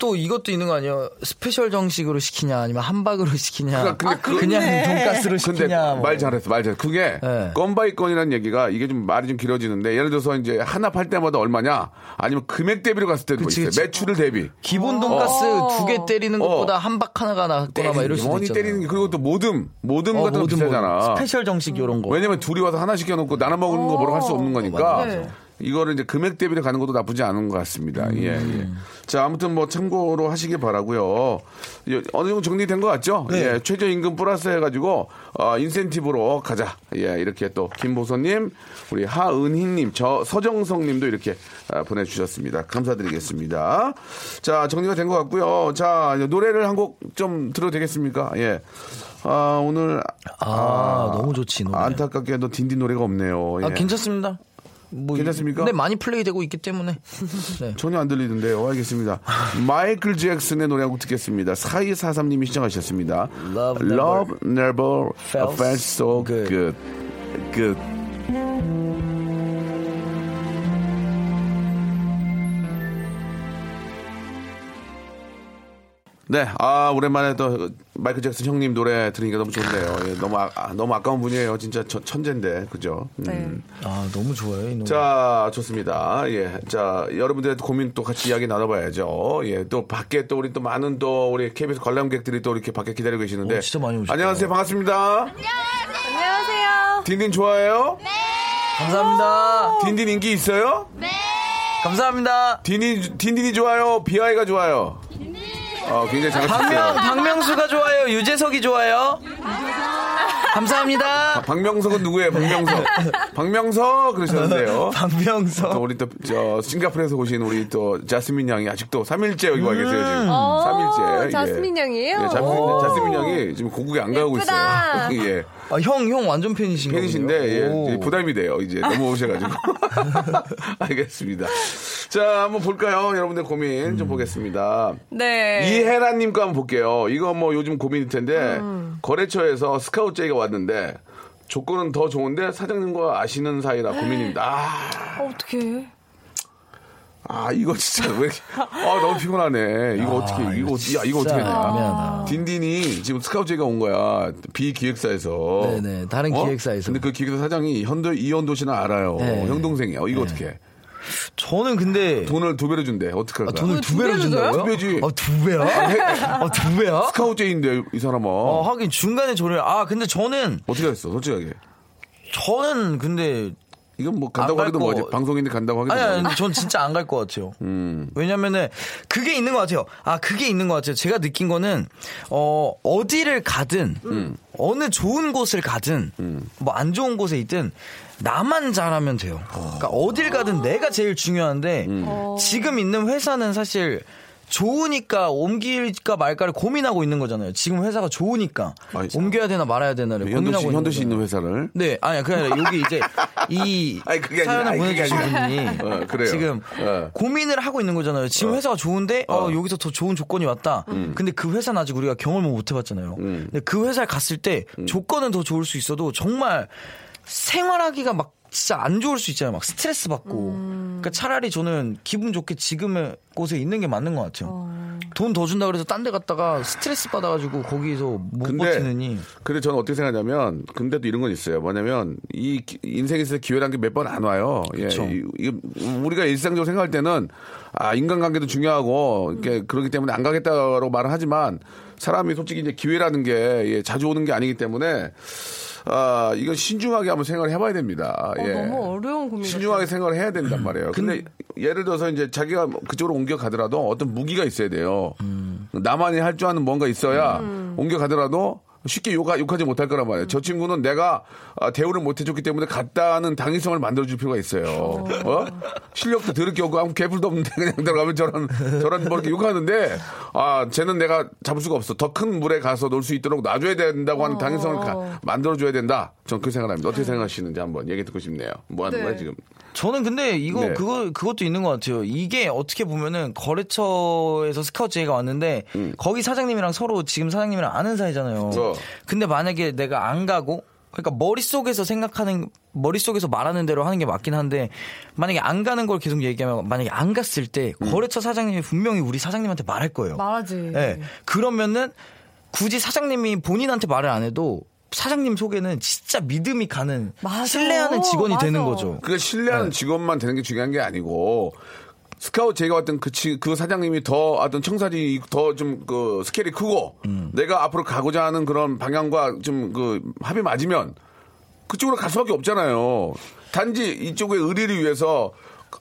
Speaker 6: 또 이것도 있는 거 아니에요? 스페셜 정식으로 시키냐 아니면 함박으로 시키냐
Speaker 2: 그러니까 근데 그-
Speaker 6: 냥 돈가스로
Speaker 2: 근데
Speaker 6: 시키냐 뭐.
Speaker 2: 말 잘했어, 말 잘했어. 그게
Speaker 6: 네.
Speaker 2: 건바이 건이라는 얘기가 이게 좀 말이 좀 길어지는데 예를 들어서 이제 하나 팔 때마다 얼마냐 아니면 금액 대비로 갔을 때도
Speaker 6: 그치,
Speaker 2: 있어요.
Speaker 6: 그치.
Speaker 2: 매출을 대비.
Speaker 6: 기본 돈가스 두 개 때리는
Speaker 2: 어.
Speaker 6: 것보다 함박 하나가 낫거나 막 이럴 수도
Speaker 2: 영원히
Speaker 6: 있잖아요.
Speaker 2: 때리는 게 그리고 또 모듬, 모듬
Speaker 6: 어,
Speaker 2: 같은 거
Speaker 6: 뭐든
Speaker 2: 비싸잖아.
Speaker 6: 뭐든. 스페셜 정식 이런 거.
Speaker 2: 왜냐면 둘이 와서 하나 시켜놓고 나눠 먹는 거 보러 갈 수 없는 거니까.
Speaker 7: 어, 맞아, 음. 맞아.
Speaker 2: 이거를 이제 금액 대비로 가는 것도 나쁘지 않은 것 같습니다. 예, 예. 자, 아무튼 뭐 참고로 하시길 바라고요. 예, 어느 정도 정리된 것 같죠?
Speaker 7: 네.
Speaker 2: 예, 최저임금 플러스 해가지고 어, 인센티브로 가자. 예, 이렇게 또 김보선님, 우리 하은희님, 저 서정성님도 이렇게 아, 보내주셨습니다. 감사드리겠습니다. 자, 정리가 된 것 같고요. 자, 이제 노래를 한 곡 좀 들어도 되겠습니까? 예. 아, 오늘
Speaker 6: 아, 너무 좋지, 노래.
Speaker 2: 안타깝게도 딘딘 노래가 없네요. 예.
Speaker 6: 아, 괜찮습니다. 뭐
Speaker 2: 괜찮습니까?
Speaker 6: 근데 많이 플레이되고 있기 때문에. 네.
Speaker 2: 전혀 안 들리는데요. 어, 알겠습니다.
Speaker 6: (laughs)
Speaker 2: 마이클 잭슨의 노래 한곡 듣겠습니다. 4243님이 시청하셨습니다.
Speaker 6: Love never
Speaker 2: never felt,
Speaker 6: felt
Speaker 2: so good.
Speaker 6: good.
Speaker 2: good. 네, 아 오랜만에 또 마이클 잭슨 형님 노래 들으니까 너무 좋네요. 예, 너무 아, 아, 너무 아까운 분이에요. 진짜 천- 천재인데, 그죠? 음.
Speaker 7: 네.
Speaker 6: 아, 너무 좋아요, 이 노래.
Speaker 2: 자, 좋습니다. 예. 자, 여러분들의 고민 또 같이 이야기 나눠봐야죠. 예. 또 밖에 또 우리 또 많은 또 우리 KBS 관람객들이 또 이렇게 밖에 기다리고 계시는데.
Speaker 6: 오, 어, 진짜 많이 오셨다.
Speaker 2: 안녕하세요. 반갑습니다.
Speaker 7: 안녕하세요. 네.
Speaker 2: 딘딘 좋아해요?
Speaker 6: 감사합니다.
Speaker 2: 딘딘 인기 있어요?
Speaker 6: 감사합니다.
Speaker 2: 딘딘, 딘딘이 좋아요? 비아이가 좋아요? 어, 굉장히
Speaker 6: 박명,
Speaker 2: 잘하셨어요.
Speaker 6: 박명수가 좋아요. 유재석이 좋아요. 감사합니다.
Speaker 2: 박명석은 누구예요?
Speaker 6: (laughs)
Speaker 2: 박명석. 박명석 그러셨는데요. 또
Speaker 6: 박명수.
Speaker 2: 우리 또, 저, 싱가포르에서 오신 우리 또, 자스민 양이 아직도 3일째 여기 와 계세요, 지금. 삼 3일째.
Speaker 7: 음. 어, 자스민 양이에요?
Speaker 2: 예, 자스민,
Speaker 7: 오.
Speaker 2: 자스민 양이 지금 고국에 안 가고
Speaker 7: 예쁘다.
Speaker 2: 있어요. (laughs) 예.
Speaker 6: 아, 형, 형 완전 팬이신
Speaker 2: 팬이신데,
Speaker 6: 거군요.
Speaker 2: 예,
Speaker 6: 오.
Speaker 2: 부담이 돼요, 이제.
Speaker 7: (laughs)
Speaker 2: 넘어오셔가지고. (laughs) 알겠습니다. 자, 한번 볼까요? 여러분들 고민
Speaker 6: 음.
Speaker 2: 좀 보겠습니다.
Speaker 7: 네.
Speaker 2: 이혜란님 거 한번 볼게요. 이거 뭐 요즘 고민일 텐데,
Speaker 7: 음.
Speaker 2: 거래처에서 스카우트 제의가 왔는데, 조건은 더 아. 좋은데 사장님과 아시는 사이라 고민입니다. 아,
Speaker 7: 어떻게?
Speaker 2: 아 이거 진짜 왜 이렇게 아 너무 피곤하네
Speaker 6: 아,
Speaker 2: 이거 뭐 어떻게 이거, 어떻게- 야 이거 어떻게 해야 되냐
Speaker 6: 미안하다.
Speaker 2: 딘딘이 지금 스카우트제가 온 거야 비기획사에서
Speaker 6: 네네, 다른 기획사에서.
Speaker 2: 근데 그 기획사 사장이 현도 이현도 씨는 알아요
Speaker 6: 네.
Speaker 2: 형 동생이야 어, 이거 어떻게 해?
Speaker 6: 저는 근데
Speaker 2: 돈을 두 배로 준대 어떻게 할까
Speaker 6: 아, 돈을 두 배로 준다고요?
Speaker 2: 두 배지.
Speaker 6: 아, 두 배야? 아, 두 배야?
Speaker 2: 스카우트제인데 이 사람아
Speaker 6: 어, 하긴 중간에 저를 아 근데 저는
Speaker 2: 어떻게 했어 솔직하게
Speaker 6: 저는 근데
Speaker 2: 이건 뭐
Speaker 6: 안
Speaker 2: 간다고
Speaker 6: 갈
Speaker 2: 하기도 뭐하지
Speaker 6: 거-
Speaker 2: 방송인데 간다고 하기도
Speaker 6: 아, 아니
Speaker 2: 뭐하지 음.
Speaker 6: 아니 전 진짜 안 갈 것 같아요. 왜냐면은 그게 있는 것 같아요. 아 그게 있는 것 같아요. 제가 느낀 거는 어 어디를 가든
Speaker 2: 음.
Speaker 6: 어느 좋은 곳을 가든 뭐 안 좋은 곳에 있든 나만 잘하면 돼요. 그러니까 어딜 가든 내가 제일 중요한데
Speaker 2: 음.
Speaker 6: 지금 있는 회사는 사실. 좋으니까 옮길까 말까를 고민하고 있는 거잖아요. 지금 회사가 좋으니까
Speaker 2: 아니,
Speaker 6: 옮겨야 되나 말아야 되나를
Speaker 2: 현도
Speaker 6: 고민하고
Speaker 2: 씨
Speaker 6: 있는
Speaker 2: 현도 씨
Speaker 6: 거잖아요.
Speaker 2: 있는 회사를
Speaker 6: 네, 아니 그게 아니라 여기 이제 이
Speaker 2: (laughs) 아니, 그게 아니라,
Speaker 6: 사연을
Speaker 2: 아니, 그게
Speaker 6: 보내주신
Speaker 2: 아니라.
Speaker 6: 분이
Speaker 2: 어, 그래요.
Speaker 6: 지금
Speaker 2: 어.
Speaker 6: 고민을 하고 있는 거잖아요. 지금 회사가 좋은데 어, 여기서 더 좋은 조건이 왔다.
Speaker 2: 음.
Speaker 6: 근데 그 회사는 아직 우리가 경험을 못 해봤잖아요. 근데 그 회사에 갔을 때
Speaker 2: 음.
Speaker 6: 조건은 더 좋을 수 있어도 정말 생활하기가 막 진짜 안 좋을 수 있잖아요. 막 스트레스 받고. 그러니까 차라리 저는 기분 좋게 지금의 곳에 있는 게 맞는 것 같아요. 돈 더 준다 그래서 딴 데 갔다가 스트레스 받아가지고 거기서 못 버티느니.
Speaker 2: 근데 저는 어떻게 생각하냐면, 근데 또 이런 건 있어요. 뭐냐면, 이 기- 인생에서 기회란 게 몇 번 안 와요. 예.
Speaker 6: 그쵸.
Speaker 2: 이- 이- 우리가 일상적으로 생각할 때는, 아, 인간관계도 중요하고, 이렇게 그렇기 때문에 안 가겠다고 말을 하지만, 사람이 솔직히 이제 기회라는 게, 예, 자주 오는 게 아니기 때문에, 아, 이건 신중하게 한번 생각을 해봐야 됩니다.
Speaker 7: 어,
Speaker 2: 예.
Speaker 7: 너무 어려운 고민.
Speaker 2: 신중하게 생각을 해야 된단 말이에요. 근데 예를 들어서 이제 자기가 그쪽으로 옮겨가더라도 어떤 무기가 있어야 돼요. 나만이 할 줄 아는 뭔가 있어야
Speaker 7: 음.
Speaker 2: 옮겨가더라도 쉽게 욕하, 지 못할 거란 말이에요. 저 친구는 내가 아, 대우를 못 해줬기 때문에 갔다는 당위성을 만들어줄 필요가 있어요.
Speaker 7: 그렇죠.
Speaker 2: 어? 실력도 더럽게 없고 아무 개뿔도 없는데 그냥 들어가면 저런 저런 뭐 이렇게 욕하는데 아 쟤는 내가 잡을 수가 없어. 더 큰 물에 가서 놀 수 있도록 놔줘야 된다고
Speaker 7: 어.
Speaker 2: 하는 당위성을 가- 만들어줘야 된다. 전 그 생각합니다. 어떻게 생각하시는지 한번 얘기 듣고 싶네요. 뭐 하는
Speaker 7: 네.
Speaker 2: 거야 지금?
Speaker 6: 저는 근데 이거
Speaker 2: 네.
Speaker 6: 그거 그것도 있는 것 같아요. 이게 어떻게 보면은 거래처에서 스카우트 제의가 왔는데 거기 사장님이랑 서로 지금 사장님이랑 아는 사이잖아요.
Speaker 2: 어.
Speaker 6: 근데 만약에 내가 안 가고 그러니까 머릿속에서 생각하는 머릿속에서 말하는 대로 하는 게 맞긴 한데 만약에 안 가는 걸 계속 얘기하면 만약에 안 갔을 때 거래처 사장님이 분명히 우리 사장님한테 말할 거예요.
Speaker 7: 말하지.
Speaker 6: 예. 그러면은 굳이 사장님이 본인한테 말을 안 해도 사장님 속에는 진짜 믿음이 가는
Speaker 7: 맞아.
Speaker 6: 신뢰하는 직원이 되는
Speaker 7: 맞아.
Speaker 6: 거죠.
Speaker 2: 그러니까 신뢰하는
Speaker 6: 네.
Speaker 2: 직원만 되는 게 중요한 게 아니고 스카우트 제가 왔던 그, 치- 그 사장님이 더 어떤 청사진이 더 좀 그 스케일이 크고
Speaker 6: 음.
Speaker 2: 내가 앞으로 가고자 하는 그런 방향과 좀 그 합이 맞으면 그쪽으로 갈 수밖에 없잖아요. 단지 이쪽의 의리를 위해서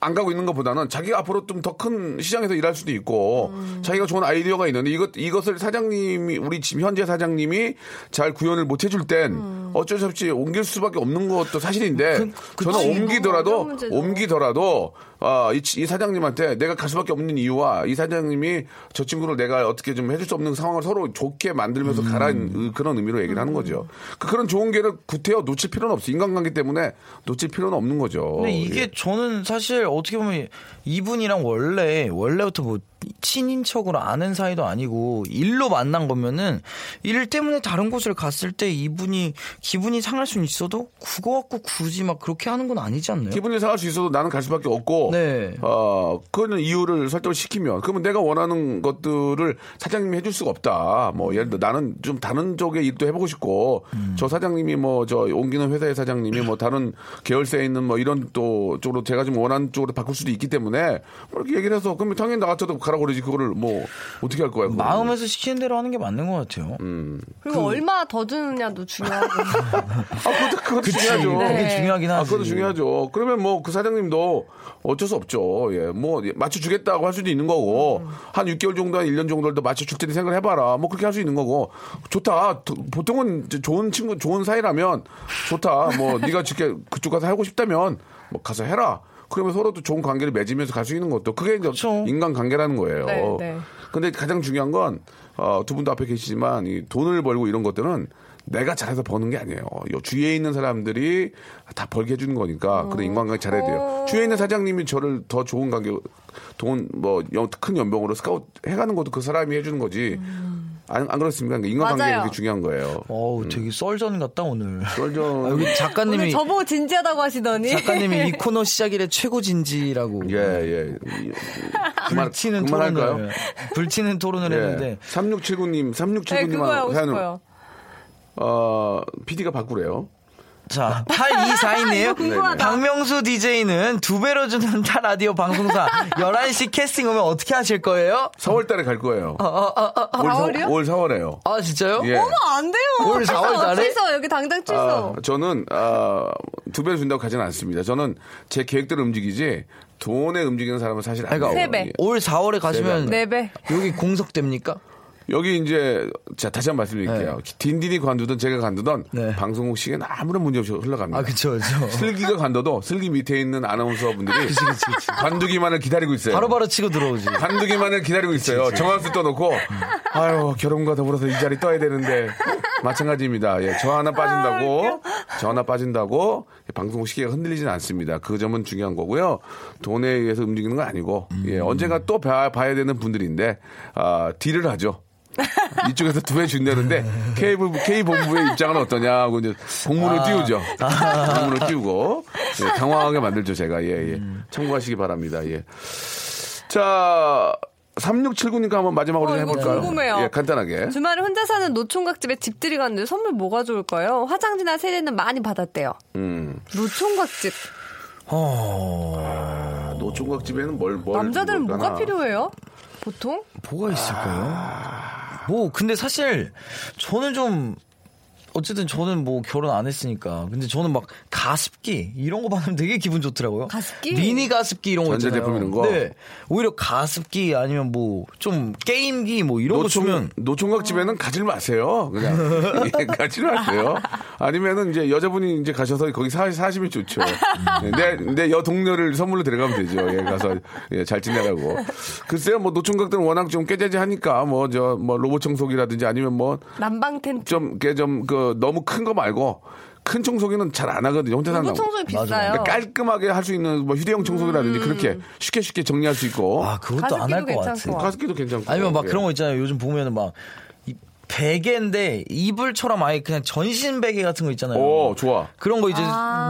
Speaker 2: 안 가고 있는 것보다는 자기가 앞으로 좀 더 큰 시장에서 일할 수도 있고
Speaker 6: 음.
Speaker 2: 자기가 좋은 아이디어가 있는데 이것 이것을 사장님이 우리 지금 현재 사장님이 잘 구현을 못 해줄 땐 어쩔 수 없이 옮길 수밖에 없는 것도 사실인데
Speaker 6: 음. 그-
Speaker 2: 저는
Speaker 6: 그치.
Speaker 7: 어려운
Speaker 2: 옮기더라도
Speaker 7: 문제죠.
Speaker 2: 옮기더라도 아, 이, 치- 이 사장님한테 내가 갈 수밖에 없는 이유와 이 사장님이 저 친구를 내가 어떻게 좀 해줄 수 없는 상황을 서로 좋게 만들면서
Speaker 6: 음.
Speaker 2: 가라는 의- 그런 의미로 얘기를 하는 거죠. 그, 런 좋은 기회를 구태여 놓칠 필요는 없어. 인간관계 때문에 놓칠 필요는 없는 거죠.
Speaker 6: 근데 이게
Speaker 2: 예.
Speaker 6: 저는 사실 어떻게 보면 이분이랑 원래 원래부터 뭐 친인척으로 아는 사이도 아니고 일로 만난 거면은 일 때문에 다른 곳을 갔을 때 이분이 기분이 상할 수는 있어도 그거 갖고 굳이 막 그렇게 하는 건 아니지 않나요?
Speaker 2: 예. 기분이 상할 수 있어도 나는 갈 수밖에 없고,
Speaker 6: 네.
Speaker 2: 뭐 어, 그거는 이유를 설정을 시키면, 그러면 내가 원하는 것들을 사장님이 해줄 수가 없다. 뭐, 예를 들어 나는 좀 다른 쪽에 일도 해보고 싶고, 저 사장님이 뭐, 저 옮기는 회사의 사장님이 뭐, 다른 계열사에 있는 뭐, 이런 또 쪽으로 제가 좀 원하는 쪽으로 바꿀 수도 있기 때문에, 뭐 이렇게 얘기를 해서, 그러면 당연히 나 같아도 가라고 그러지. 그거를 뭐, 어떻게 할 거야. 그거는.
Speaker 6: 마음에서 시키는 대로 하는 게 맞는 것 같아요.
Speaker 2: 음.
Speaker 7: 그리고 얼마 더 주느냐도
Speaker 2: (laughs)
Speaker 7: 중요하고.
Speaker 2: 아, 그것도, 그것도 중요하죠.
Speaker 6: 음. 그게
Speaker 7: 네.
Speaker 6: 중요하긴 하지.
Speaker 2: 아, 그것도 중요하죠. 그러면 뭐 그 사장님도 어쩔 수 없죠. 예, 뭐 예, 맞춰주겠다고 할 수도 있는 거고 한 6개월 정도, 한 1년 정도를 더 맞춰줄 테니 생각을 해봐라. 뭐 그렇게 할 수 있는 거고 좋다. 도- 보통은 이제 좋은 친구, 좋은 사이라면 좋다. 뭐 (laughs) 네가 직계 그쪽 가서 하고 싶다면 뭐 가서 해라. 그러면 서로 또 좋은 관계를 맺으면서 갈 수 있는 것도 그게 이제
Speaker 6: 그쵸.
Speaker 2: 인간 관계라는 거예요.
Speaker 7: 네, 네.
Speaker 2: 근데 가장 중요한 건, 어, 두 분도 앞에 계시지만, 이 돈을 벌고 이런 것들은 내가 잘해서 버는 게 아니에요. 요 주위에 있는 사람들이 다 벌게 해주는 거니까, 그런 인간관계 잘해야 돼요.
Speaker 7: 음. 어.
Speaker 2: 주위에 있는 사장님이 저를 더 좋은 관계, 돈, 뭐, 영- 큰 연봉으로 스카웃 해가는 것도 그 사람이 해주는 거지. 안, 안 그렇습니까? 그러니까 인간관계가
Speaker 7: 음. 맞아요.
Speaker 2: 그렇게 중요한 거예요. 아, 그
Speaker 6: 어우, 되게 썰전 같다,
Speaker 2: 음.
Speaker 6: 오늘. 아,
Speaker 2: 썰전.
Speaker 6: 여기
Speaker 7: 오늘
Speaker 6: 작가님이,
Speaker 7: 저보고 진지하다고 하시더니 (laughs)
Speaker 6: 작가님이 이 코너 시작이래 최고 진지라고.
Speaker 2: 예, 그 예.
Speaker 6: 불치는 토론을. 불치는 토론을
Speaker 2: 예.
Speaker 6: 했는데.
Speaker 2: 3679님,
Speaker 7: 네, 그거 하고
Speaker 2: 3679님
Speaker 7: 싶어요.
Speaker 2: 어, PD가 바꾸래요.
Speaker 6: 자,
Speaker 7: (laughs)
Speaker 6: 8242네요.
Speaker 7: 궁금하다.
Speaker 6: 박명수 DJ는 두 배로 주는 타
Speaker 7: (laughs)
Speaker 6: 라디오 방송사 11시 캐스팅 오면 어떻게 하실 거예요?
Speaker 2: 4월 달에 갈 거예요.
Speaker 7: 어, 가을이요? 어,
Speaker 2: 올 4월에요.
Speaker 6: 아, 진짜요?
Speaker 2: 예.
Speaker 7: 어머 안 돼요.
Speaker 6: 올
Speaker 7: 취소,
Speaker 6: 4월 달에?
Speaker 7: 취소 여기 당장 취소.
Speaker 2: 아, 저는 아, 두 배를 준다고 가지는 않습니다. 저는 제 계획대로 움직이지 돈에 움직이는 사람은 사실 아니에요. 예.
Speaker 6: 그러니까
Speaker 7: 세 배.
Speaker 6: 올 4월에 가시면
Speaker 7: 네 배.
Speaker 6: 여기 공석됩니까?
Speaker 2: 여기 이제 자 다시 한 번 말씀드릴게요. 딘딘이 관두든 제가 관두든
Speaker 6: 네.
Speaker 2: 방송국 시계는 아무런 문제 없이 흘러갑니다.
Speaker 6: 아, 그쵸, 그쵸.
Speaker 2: 슬기가 관둬도 슬기 밑에 있는 아나운서분들이 관두기만을 기다리고 있어요.
Speaker 6: 바로바로 치고 들어오지.
Speaker 2: 관두기만을 기다리고 있어요. 정한수 떠놓고 아유 결혼과 더불어서 이 자리 떠야 되는데 마찬가지입니다. 예, 저 하나 빠진다고 저 하나 빠진다고 방송 시계가 흔들리진 않습니다. 그 점은 중요한 거고요. 돈에 의해서 움직이는 건 아니고 예, 언젠가 또 봐, 봐야 되는 분들인데 아, 딜을 하죠. 이쪽에서 두 배 준다는데 K 부 K 본부의 입장은 어떠냐고 이제 공문을 띄우죠. 공문을 띄우고 예, 당황하게 만들죠 제가 예예 참고하시기 바랍니다 예. 자, 3679니까 한번 마지막으로
Speaker 7: 어,
Speaker 2: 좀
Speaker 7: 이거
Speaker 2: 해볼까요?
Speaker 7: 궁금해요.
Speaker 2: 예, 간단하게.
Speaker 7: 주말에 혼자 사는 노총각집에 집들이 갔는데 선물 뭐가 좋을까요? 화장지나 세제는 많이 받았대요.
Speaker 2: 음.
Speaker 7: 노총각집.
Speaker 6: 어,
Speaker 2: 아, 노총각집에는 뭘, 뭘.
Speaker 7: 남자들은
Speaker 2: 먹을까나?
Speaker 7: 뭐가 필요해요? 보통?
Speaker 6: 뭐가 있을까요? 뭐, 근데 사실 저는 좀, 어쨌든 저는 뭐 결혼 안 했으니까. 근데 저는 막 가습기 이런 거 받으면 되게 기분 좋더라고요.
Speaker 7: 가습기?
Speaker 6: 미니 가습기 이런 거 있잖아요.
Speaker 2: 전자제품 이런 거?
Speaker 6: 네. 오히려 가습기 아니면 뭐 좀 게임기 뭐 이런 거
Speaker 2: 노총,
Speaker 6: 주면
Speaker 2: 노총각집에는 가지 마세요. (laughs) 그냥. 예, 가지 마세요. 아니면은 이제 여자분이 이제 가셔서 거기 사, 사시면 좋죠. 예, 내, 내 여동료를 선물로 데려가면 되죠. 예, 가서, 예, 잘 지내라고. 글쎄요, 뭐 노총각들은 워낙 좀 깨재재 하니까 뭐, 저, 뭐 로봇 청소기라든지 아니면 뭐
Speaker 7: 난방 텐트.
Speaker 2: 좀, 이렇게 좀, 그, 너무 큰 거 말고, 큰 청소기는 잘 안 하거든요. 혼자 산다고.
Speaker 7: 로봇 청소기 비싸요.
Speaker 2: 그러니까 깔끔하게 할 수 있는 뭐 휴대용
Speaker 6: 음.
Speaker 2: 청소기라든지 그렇게 쉽게 쉽게 정리할 수 있고.
Speaker 6: 아 그것도 안 할
Speaker 7: 어? 가습기도
Speaker 6: 것 같아.
Speaker 7: 괜찮고.
Speaker 2: 가습기도 괜찮고.
Speaker 6: 어. 아니면 막
Speaker 2: 예.
Speaker 6: 그런 거 있잖아요. 요즘 보면은 막 이- 베개인데 이불처럼 아예 그냥 전신 베개 같은 거 있잖아요.
Speaker 2: 오, 좋아.
Speaker 6: 그런 거 이제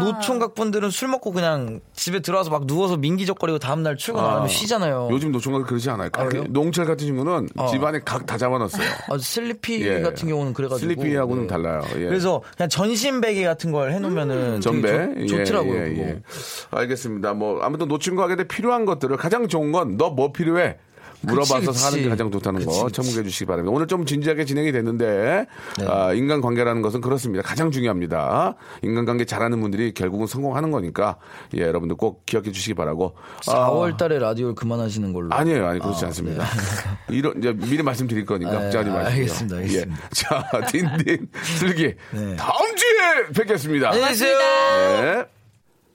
Speaker 6: 노총각 분들은 술 먹고 그냥 집에 들어와서 막 누워서 민기적거리고 다음 날 출근 안 하면 쉬잖아요.
Speaker 2: 요즘 노총각 그러지 않아요.
Speaker 6: 아, 그래요? 어.
Speaker 2: 농철 같은 친구는 집안에 각 다 잡아놨어요.
Speaker 6: (laughs) 아, 슬리피
Speaker 2: 예.
Speaker 6: 같은 경우는 그래가지고
Speaker 2: 슬리피하고는 달라요. 예.
Speaker 6: 그래서 그냥 전신 베개 같은 걸 해놓으면은
Speaker 2: 전배
Speaker 6: 음, 되게
Speaker 2: 예,
Speaker 6: 좋, 좋더라고요.
Speaker 2: 예,
Speaker 6: 그거.
Speaker 2: 예. 알겠습니다. 뭐 아무튼 노친구에게 필요한 것들을 가장 좋은 건 너 뭐 필요해 물어봐서
Speaker 6: 그치, 그치.
Speaker 2: 사는 게 가장 좋다는
Speaker 6: 그치, 네.
Speaker 2: 거
Speaker 6: 그치.
Speaker 2: 참고해 주시기 바랍니다. 오늘 좀 진지하게 진행이 됐는데 아, 인간관계라는 것은 그렇습니다. 가장 중요합니다. 인간관계 잘하는 분들이 결국은 성공하는 거니까 예, 여러분들 꼭 기억해 주시기 바라고. 아,
Speaker 6: 4월달에 라디오를 그만하시는 걸로.
Speaker 2: 아니에요, 아니 그렇지 않습니다. 이런 이제 미리 말씀드릴 거니까
Speaker 6: 아,
Speaker 2: 걱정하지 마시고.
Speaker 6: 네. 알겠습니다, 알겠습니다. 네.
Speaker 2: 예. 자, 딘딘 슬기 다음 주에 뵙겠습니다.
Speaker 6: 안녕히 계세요.
Speaker 2: 네.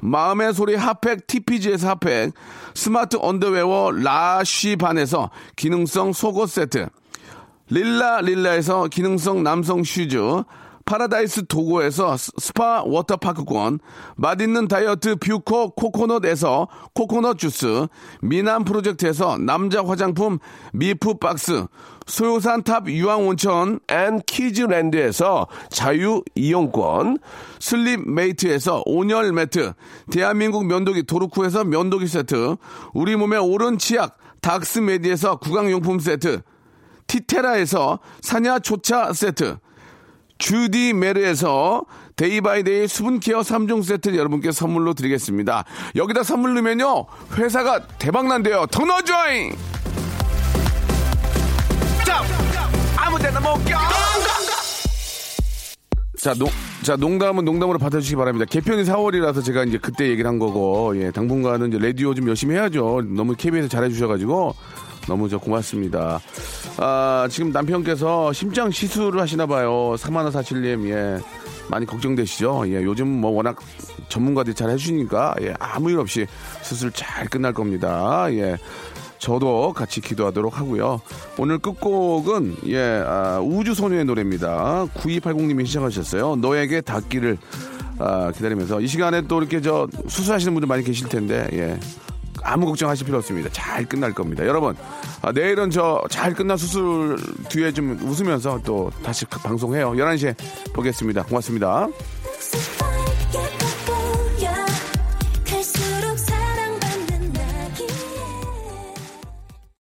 Speaker 2: 마음의 소리 핫팩 TPG에서 핫팩, 스마트 언더웨어 라쉬반에서 기능성 속옷 세트, 릴라 릴라에서 기능성 남성 슈즈, 파라다이스 도고에서 스- 스파 워터파크권, 맛있는 다이어트 뷰코 코코넛에서 코코넛 주스, 미남 프로젝트에서 남자 화장품 미프 박스, 소요산 탑 유황온천 앤 키즈랜드에서 자유 이용권, 슬립 메이트에서 온열 매트, 대한민국 면도기 도루쿠에서 면도기 세트, 우리 몸의 오른 치약 닥스메디에서 구강용품 세트, 티테라에서 사냐초차 세트, 주디 메르에서 데이바이데이 수분케어 3종 세트 여러분께 선물로 드리겠습니다. 여기다 선물 넣으면요, 회사가 대박난대요. 덕너조잉! 아무 데나 못 가! 자, 농, 자, 농담은 농담으로 받아주시기 바랍니다. 개편이 4월이라서 제가 이제 그때 얘기를 한 거고, 예, 당분간은 이제 라디오 좀 열심히 해야죠. 너무 KBS 잘해주셔가지고, 너무 저 고맙습니다. 아, 지금 남편께서 심장 시술을 하시나봐요. 3만원4실님 예. 많이 걱정되시죠? 예, 요즘 뭐 워낙 전문가들이 잘 해주니까, 예, 아무 일 없이 수술 잘 끝날 겁니다. 예. 저도 같이 기도하도록 하고요. 오늘 끝곡은 예 아, 우주소녀의 노래입니다. 9280님이 시작하셨어요. 너에게 닿기를 아, 기다리면서 이 시간에 또 이렇게 저 수술하시는 분들 많이 계실 텐데 예. 아무 걱정하실 필요 없습니다. 잘 끝날 겁니다. 여러분 아, 내일은 저 잘 끝난 수술 뒤에 좀 웃으면서 또 다시 방송해요. 11시에 보겠습니다. 고맙습니다.